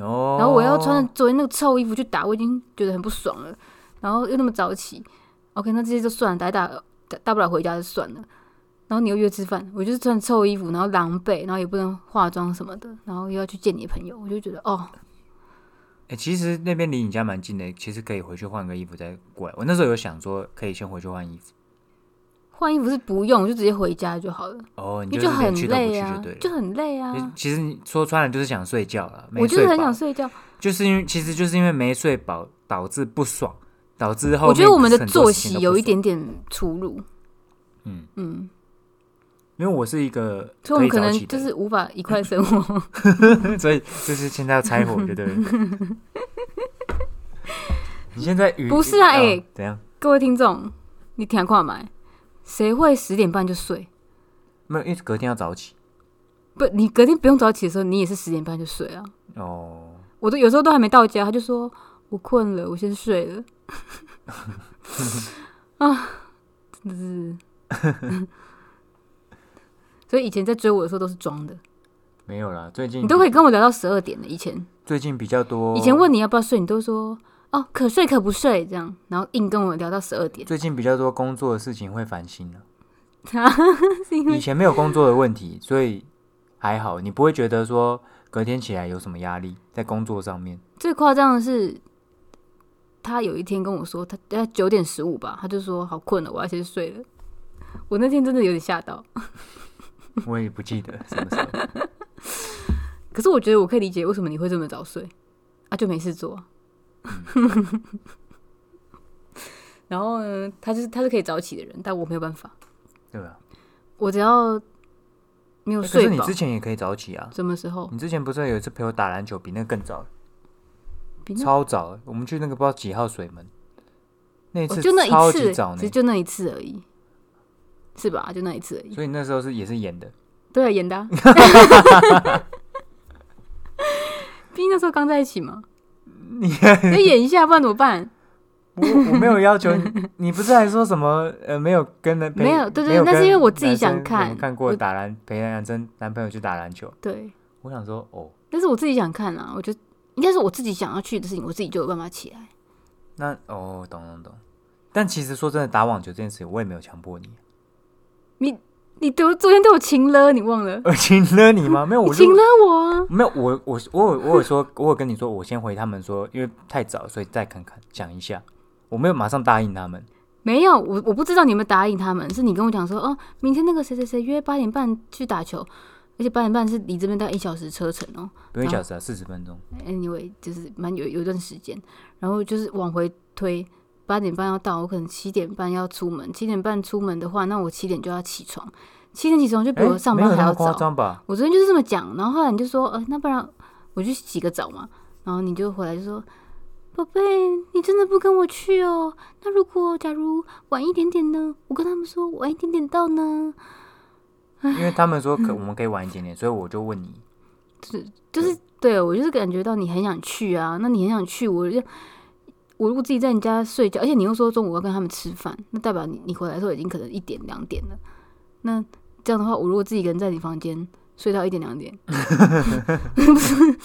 [SPEAKER 2] 哦，
[SPEAKER 1] 然后我要穿着昨天那个臭衣服去打，我已经觉得很不爽了。然后又那么早起，OK，那这些就算了，打一打打大不了回家就算了。然后你又约吃饭，我就是穿臭衣服，然后狼狈，然后也不能化妆什么的，然后又要去见你的朋友，我就觉得哦，
[SPEAKER 2] 欸，其实那边离你家蛮近的，其实可以回去换个衣服再过来。我那时候有想说，可以先回去换衣服。
[SPEAKER 1] 换衣服是不用，我就直接回家就好了，
[SPEAKER 2] 哦，你
[SPEAKER 1] 因为
[SPEAKER 2] 是连
[SPEAKER 1] 很
[SPEAKER 2] 去都不
[SPEAKER 1] 累
[SPEAKER 2] 去
[SPEAKER 1] 啊
[SPEAKER 2] 就对，了。
[SPEAKER 1] 就很累
[SPEAKER 2] 就
[SPEAKER 1] 啊。
[SPEAKER 2] 其实你说穿了就是想睡觉了，没
[SPEAKER 1] 我就是
[SPEAKER 2] 睡
[SPEAKER 1] 很
[SPEAKER 2] 饱
[SPEAKER 1] 想，睡觉，
[SPEAKER 2] 就是因为其实就是因为没睡饱导致不爽，导致后
[SPEAKER 1] 我觉得
[SPEAKER 2] 面
[SPEAKER 1] 我们的
[SPEAKER 2] 很多
[SPEAKER 1] 作
[SPEAKER 2] 事情
[SPEAKER 1] 息
[SPEAKER 2] 都不
[SPEAKER 1] 有一
[SPEAKER 2] 爽，
[SPEAKER 1] 点点出入，
[SPEAKER 2] 嗯，
[SPEAKER 1] 嗯，
[SPEAKER 2] 因为我是一个
[SPEAKER 1] 所以我
[SPEAKER 2] 可
[SPEAKER 1] 们可
[SPEAKER 2] 以早
[SPEAKER 1] 能
[SPEAKER 2] 起
[SPEAKER 1] 就
[SPEAKER 2] 的
[SPEAKER 1] 是无法一块生活。
[SPEAKER 2] 人，所以就是现在要拆伙，对不对？你现在语
[SPEAKER 1] 不是啊
[SPEAKER 2] 哦
[SPEAKER 1] 欸
[SPEAKER 2] 怎样？
[SPEAKER 1] 各位听众，你听看买，谁会十点半就睡？
[SPEAKER 2] 没有，因为隔天要早起
[SPEAKER 1] 不，你隔天不用早起的时候，你也是十点半就睡啊。
[SPEAKER 2] 哦。
[SPEAKER 1] 我都有时候都还没到家，他就说我困了，我先睡 了。 啊，真的是。 所以以前在追我的时候都是装的，
[SPEAKER 2] 没有啦，最近
[SPEAKER 1] 你都可以跟我聊到十二点的。以前
[SPEAKER 2] 最近比较多，
[SPEAKER 1] 以前问你要不要睡，你都说哦可睡可不睡这样，然后硬跟我聊到十二点，
[SPEAKER 2] 最近比较多工作的事情会烦心了、啊
[SPEAKER 1] 是因
[SPEAKER 2] 以
[SPEAKER 1] 为
[SPEAKER 2] 前没有工作的问题，所以还好，你不会觉得说隔天起来有什么压力在工作上面。
[SPEAKER 1] 最夸张的是，他有一天跟我说，他大概九点十五吧，他就说好困了，我要先睡了。我那天真的有点吓到，
[SPEAKER 2] 我也不记得什么时候。
[SPEAKER 1] 可是我觉得我可以理解为什么你会这么早睡啊，就没事做啊。 然后呢，他是他是可以早起的人，但我没有办法，
[SPEAKER 2] 对吧？
[SPEAKER 1] 我只要没有
[SPEAKER 2] 欸可是
[SPEAKER 1] 睡
[SPEAKER 2] 你
[SPEAKER 1] 饱
[SPEAKER 2] 之，前也可以早起啊。
[SPEAKER 1] 什么时候
[SPEAKER 2] 你之前不是有一次陪我打篮球，比那个更早，
[SPEAKER 1] 比那
[SPEAKER 2] 超早。我们去那个不知道几号水门，那一
[SPEAKER 1] 哦
[SPEAKER 2] 次
[SPEAKER 1] 就那
[SPEAKER 2] 超
[SPEAKER 1] 一
[SPEAKER 2] 级
[SPEAKER 1] 次，
[SPEAKER 2] 早
[SPEAKER 1] 只
[SPEAKER 2] 呢
[SPEAKER 1] 是。就那一次而已，是吧？就那一次而已。
[SPEAKER 2] 所以那时候是也 是演的，
[SPEAKER 1] 对啊，演 的、啊。毕竟那时候刚在一起嘛， 你要演一下，不然怎么办？
[SPEAKER 2] 我我没有要求 你，你不是还说什么呃没有跟人陪
[SPEAKER 1] 没有对对
[SPEAKER 2] 没有
[SPEAKER 1] 那是
[SPEAKER 2] 跟
[SPEAKER 1] 因为我自己
[SPEAKER 2] 男生
[SPEAKER 1] 想
[SPEAKER 2] 有
[SPEAKER 1] 看
[SPEAKER 2] 没有看过
[SPEAKER 1] 我
[SPEAKER 2] 打篮陪男生男朋友去打篮球，
[SPEAKER 1] 对，
[SPEAKER 2] 我想说哦，
[SPEAKER 1] 但是我自己想看啊，我觉得应该是我自己想要去的事情，我自己就有办法起来。
[SPEAKER 2] 那哦懂懂懂，但其实说真的，打网球这件事情我也没有强迫你，
[SPEAKER 1] 你对我昨天对我情了，你忘了？
[SPEAKER 2] 我亲了你吗？没有，
[SPEAKER 1] 你
[SPEAKER 2] 我就
[SPEAKER 1] 情了我啊！
[SPEAKER 2] 没有我我我有我有说，我有跟你说，我先回他们说，因为太早，所以再看看想一下，我没有马上答应他们。
[SPEAKER 1] 没有，我我不知道你有没有答应他们，是你跟我讲说，哦，明天那个谁谁谁约八点半去打球，而且八点半是离这边大概一小时车程哦。
[SPEAKER 2] 不用一小时啊，四十分钟。
[SPEAKER 1] anyway，就是蛮有有一段时间，然后就是往回推，八点半要到，我可能七点半要出门，七点半出门的话，那我七点就要起床，七点起床就比
[SPEAKER 2] 哎，
[SPEAKER 1] 我上
[SPEAKER 2] 没有
[SPEAKER 1] 班还
[SPEAKER 2] 那
[SPEAKER 1] 要
[SPEAKER 2] 么
[SPEAKER 1] 早。
[SPEAKER 2] 夸张吧？
[SPEAKER 1] 我昨天就是这么讲，然后后来你就说，呃，那不然我去洗个澡嘛，然后你就回来就说。宝贝，你真的不跟我去哦？那如果假如晚一点点呢？我跟他们说我晚一点点到呢，
[SPEAKER 2] 因为他们说 可我们可以晚一点点，所以我就问你，
[SPEAKER 1] 就是对我就是感觉到你很想去啊，那你很想去，我就我如果自己在你家睡觉，而且你又说中午要跟他们吃饭，那代表你你回来的时候已经可能一点两点了。那这样的话，我如果自己一个人在你房间睡到一点两 点，不是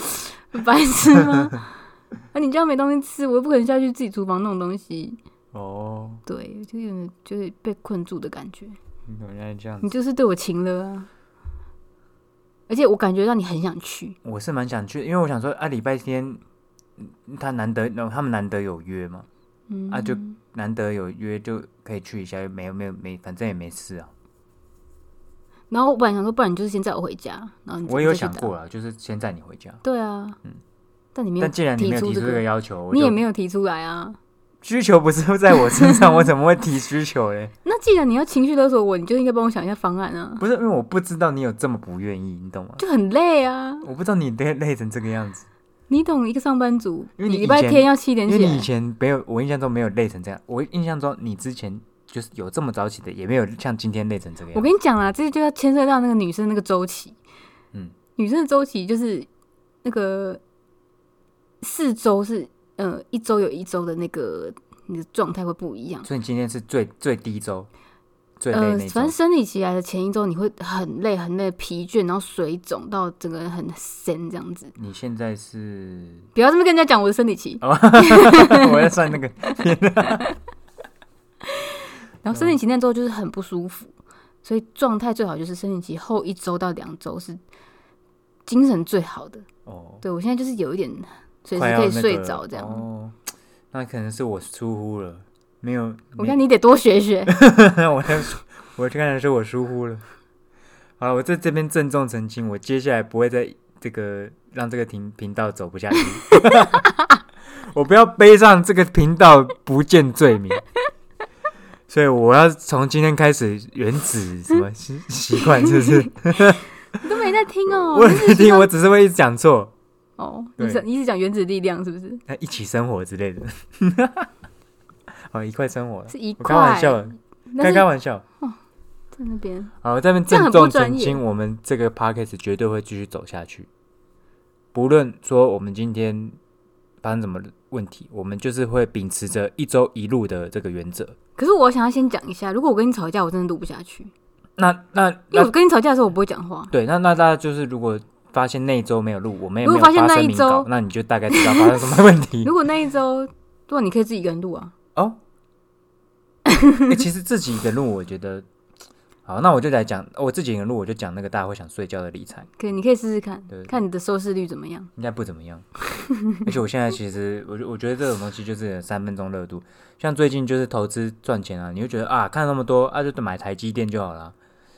[SPEAKER 1] 白痴吗？ 那、你这样没东西吃，我又不可能下去自己厨房弄东西，
[SPEAKER 2] 哦，
[SPEAKER 1] 对，就有点就是被困住的感觉。
[SPEAKER 2] 原来这样
[SPEAKER 1] 你
[SPEAKER 2] 子。
[SPEAKER 1] 就是对我情了啊，而且我感觉到你很想去，
[SPEAKER 2] 我是蛮想去，因为我想说啊，礼拜天嗯他难得，然后他们难得有约嘛，
[SPEAKER 1] 嗯
[SPEAKER 2] 啊就难得有约就可以去一下，没有没有没，反正也没事啊。
[SPEAKER 1] 然后我本来想说，不然你就是先载我回家，然后你
[SPEAKER 2] 我也有
[SPEAKER 1] 再去
[SPEAKER 2] 想
[SPEAKER 1] 打
[SPEAKER 2] 过。啊，就是先载你回家。
[SPEAKER 1] 对啊，但你没有
[SPEAKER 2] 但既然你没有
[SPEAKER 1] 提
[SPEAKER 2] 提
[SPEAKER 1] 出
[SPEAKER 2] 出
[SPEAKER 1] 这
[SPEAKER 2] 这
[SPEAKER 1] 个
[SPEAKER 2] 个要求，我
[SPEAKER 1] 你也
[SPEAKER 2] 就
[SPEAKER 1] 没有提出来啊。
[SPEAKER 2] 需求不是在我身上，我怎么会提需求嘞？
[SPEAKER 1] 那既然你要情绪勒索我，你就应该帮我想一下方案啊，
[SPEAKER 2] 不是因为我不知道你有这么不愿意，你懂吗？
[SPEAKER 1] 就很累啊。
[SPEAKER 2] 我不知道你累累成这个样子，
[SPEAKER 1] 你懂一个上班族，
[SPEAKER 2] 因为你
[SPEAKER 1] 礼
[SPEAKER 2] 以
[SPEAKER 1] 拜
[SPEAKER 2] 前
[SPEAKER 1] 天要七点
[SPEAKER 2] 因为
[SPEAKER 1] 起
[SPEAKER 2] 你以
[SPEAKER 1] 来，
[SPEAKER 2] 前没有，我印象中没有累成这样。我印象中你之前就是有这么早起的，也没有像今天累成这个
[SPEAKER 1] 我
[SPEAKER 2] 样子。
[SPEAKER 1] 跟你讲啦，这就要牵涉到那个女生那个周期。
[SPEAKER 2] 嗯，
[SPEAKER 1] 女生的周期就是那个四周是呃一周有一周的那个你的状态会不一样。
[SPEAKER 2] 所以你今天是最最低周，最累
[SPEAKER 1] 呃，
[SPEAKER 2] 那一周
[SPEAKER 1] 反正。生理期来的前一周，你会很累、很累、疲倦，然后水肿到整个人很深这样子。
[SPEAKER 2] 你现在是，
[SPEAKER 1] 不要这么跟人家讲我的生理期，
[SPEAKER 2] 我要算那个，嗯
[SPEAKER 1] 然后生理期那周就是很不舒服，所以状态最好就是生理期后一周到两周是精神最好的。
[SPEAKER 2] 哦，
[SPEAKER 1] 对我现在就是有一点随时
[SPEAKER 2] 快要
[SPEAKER 1] 可以
[SPEAKER 2] 那个
[SPEAKER 1] 睡
[SPEAKER 2] 了
[SPEAKER 1] 着这样。
[SPEAKER 2] 哦，那可能是我疏忽了，没有。
[SPEAKER 1] 我看你得多学学。
[SPEAKER 2] 我在说，我刚才说我疏忽了。好了，我在这边郑重澄清，我接下来不会再这个让这个频频道走 不下去。我不要背上这个频道不见罪名，所以我要从今天开始原子什么习习惯，是不是？
[SPEAKER 1] 都没在听哦、
[SPEAKER 2] 我
[SPEAKER 1] 你
[SPEAKER 2] 只听，我只是会一直讲错，
[SPEAKER 1] 哦，你
[SPEAKER 2] 对
[SPEAKER 1] 是你是讲原子力量是不是？
[SPEAKER 2] 那一起生活之类的。 好，一块生活了，
[SPEAKER 1] 是一
[SPEAKER 2] 我开玩
[SPEAKER 1] 块，
[SPEAKER 2] 笑的，
[SPEAKER 1] 但
[SPEAKER 2] 开
[SPEAKER 1] 是
[SPEAKER 2] 开玩笑。
[SPEAKER 1] 在那边
[SPEAKER 2] 好，这边
[SPEAKER 1] 这样
[SPEAKER 2] 郑
[SPEAKER 1] 很不
[SPEAKER 2] 重
[SPEAKER 1] 专
[SPEAKER 2] 澄
[SPEAKER 1] 业
[SPEAKER 2] 清，我们这个 podcast 绝对会继续走下去，不论说我们今天发生什么问题，我们就是会秉持着一周一路的这个原则。
[SPEAKER 1] 可是我想要先讲一下，如果我跟你吵架，我真的录不下 去，
[SPEAKER 2] 那那
[SPEAKER 1] 因为
[SPEAKER 2] 那
[SPEAKER 1] 我跟你吵架的时候我不会讲话。
[SPEAKER 2] 对，那那大家就是如果发现那一周没有录，我们也
[SPEAKER 1] 如果
[SPEAKER 2] 没有
[SPEAKER 1] 发现
[SPEAKER 2] 发
[SPEAKER 1] 那一
[SPEAKER 2] 声明
[SPEAKER 1] 周
[SPEAKER 2] 稿，那你就大概知道发生什么问题
[SPEAKER 1] 如果那一周，如果你可以自己一个人录啊，
[SPEAKER 2] 哦。欸其实自己一个录，我觉得好，那我就来讲我自己一个录，我就讲那个大家会想睡觉的理财。
[SPEAKER 1] 可以，你可以试试看
[SPEAKER 2] 对，
[SPEAKER 1] 看你的收视率怎么样。
[SPEAKER 2] 应该不怎么样。而且我现在其实，我觉我觉得这种东西就是三分钟热度。像最近就是投资赚钱啊，你会觉得啊，看那么多啊，就买台积电就好了。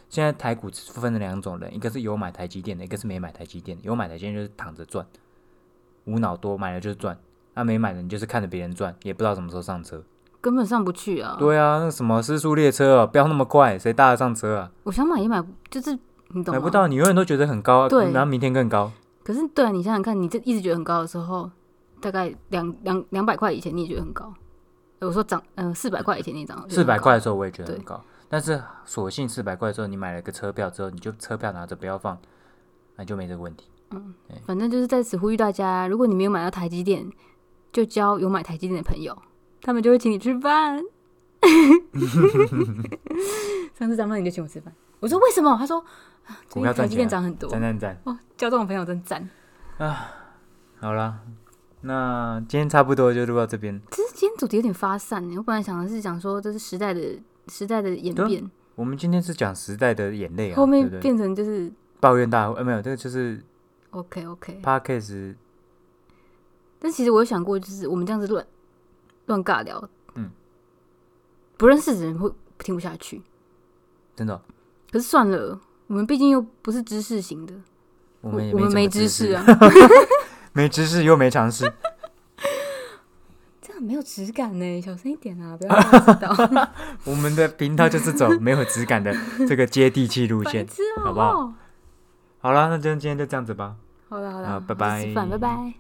[SPEAKER 2] 现在台股分了两种人，一个是有买台积电的，一个是没买台积电的。有买台积电就是躺着赚，无脑多买了就是赚；那、没买的你就是看着别人赚，也不知道什么时候上车。
[SPEAKER 1] 根本上不去啊！
[SPEAKER 2] 对啊，那什么失速列车哦，不要那么快，谁搭得上车啊？
[SPEAKER 1] 我想买也买不，就是你懂吗？啊
[SPEAKER 2] 买不。到，你永远都觉得很高啊，
[SPEAKER 1] 对
[SPEAKER 2] 然后明天更高。
[SPEAKER 1] 可是对啊，你想想看，你这一直觉得很高的时候，大概两两两百块以前你也觉得很高。呃我说涨，呃，四百块以前你涨
[SPEAKER 2] 四百块的时候我也觉得很
[SPEAKER 1] 对
[SPEAKER 2] 高，但是索性四百块的时候你买了个车票之后，你就车票拿着不要放，那就没这个问题。
[SPEAKER 1] 反正就是在此呼吁大家，如果你没有买到台积电，就交有买台积电的朋友，他们就会请你吃饭。 上次张曼你就请我吃饭，我说为什么？他说啊最近
[SPEAKER 2] 股票
[SPEAKER 1] 台
[SPEAKER 2] 赚
[SPEAKER 1] 积电
[SPEAKER 2] 钱啊，
[SPEAKER 1] 涨很多，
[SPEAKER 2] 赞赞赞！
[SPEAKER 1] 哦，交这种朋友真赞。
[SPEAKER 2] 好啦，那今天差不多就录到这边。
[SPEAKER 1] 其实今天主题有点发散欸耶，我本来想的是讲说这是时代的时代的演
[SPEAKER 2] 对啊
[SPEAKER 1] 变，
[SPEAKER 2] 我们今天是讲时代的眼泪啊，
[SPEAKER 1] 后面
[SPEAKER 2] 对不对？
[SPEAKER 1] 变成就是
[SPEAKER 2] 抱怨大会，呃，没有，这个就是
[SPEAKER 1] OK OK。
[SPEAKER 2] podcast，
[SPEAKER 1] 但其实我有想过，就是我们这样子乱乱尬聊，
[SPEAKER 2] 嗯，
[SPEAKER 1] 不认识的人会听不下去。
[SPEAKER 2] 真的哦，
[SPEAKER 1] 可是算了，我们毕竟又不是知识型的，
[SPEAKER 2] 我们也
[SPEAKER 1] 我们
[SPEAKER 2] 没
[SPEAKER 1] 没
[SPEAKER 2] 知
[SPEAKER 1] 知识
[SPEAKER 2] 识，
[SPEAKER 1] 啊，
[SPEAKER 2] 没知识又没尝试，
[SPEAKER 1] 这样没有质感呢、小声一点啊， 不要让大家知道，
[SPEAKER 2] 我们的频道就是走没有质感的这个接地 气路
[SPEAKER 1] 白
[SPEAKER 2] 线。
[SPEAKER 1] 痴哦
[SPEAKER 2] 好不好？好啦，那就今天就这样子吧。
[SPEAKER 1] 好了好了，
[SPEAKER 2] 好拜
[SPEAKER 1] 我去吃饭
[SPEAKER 2] 拜
[SPEAKER 1] 拜拜。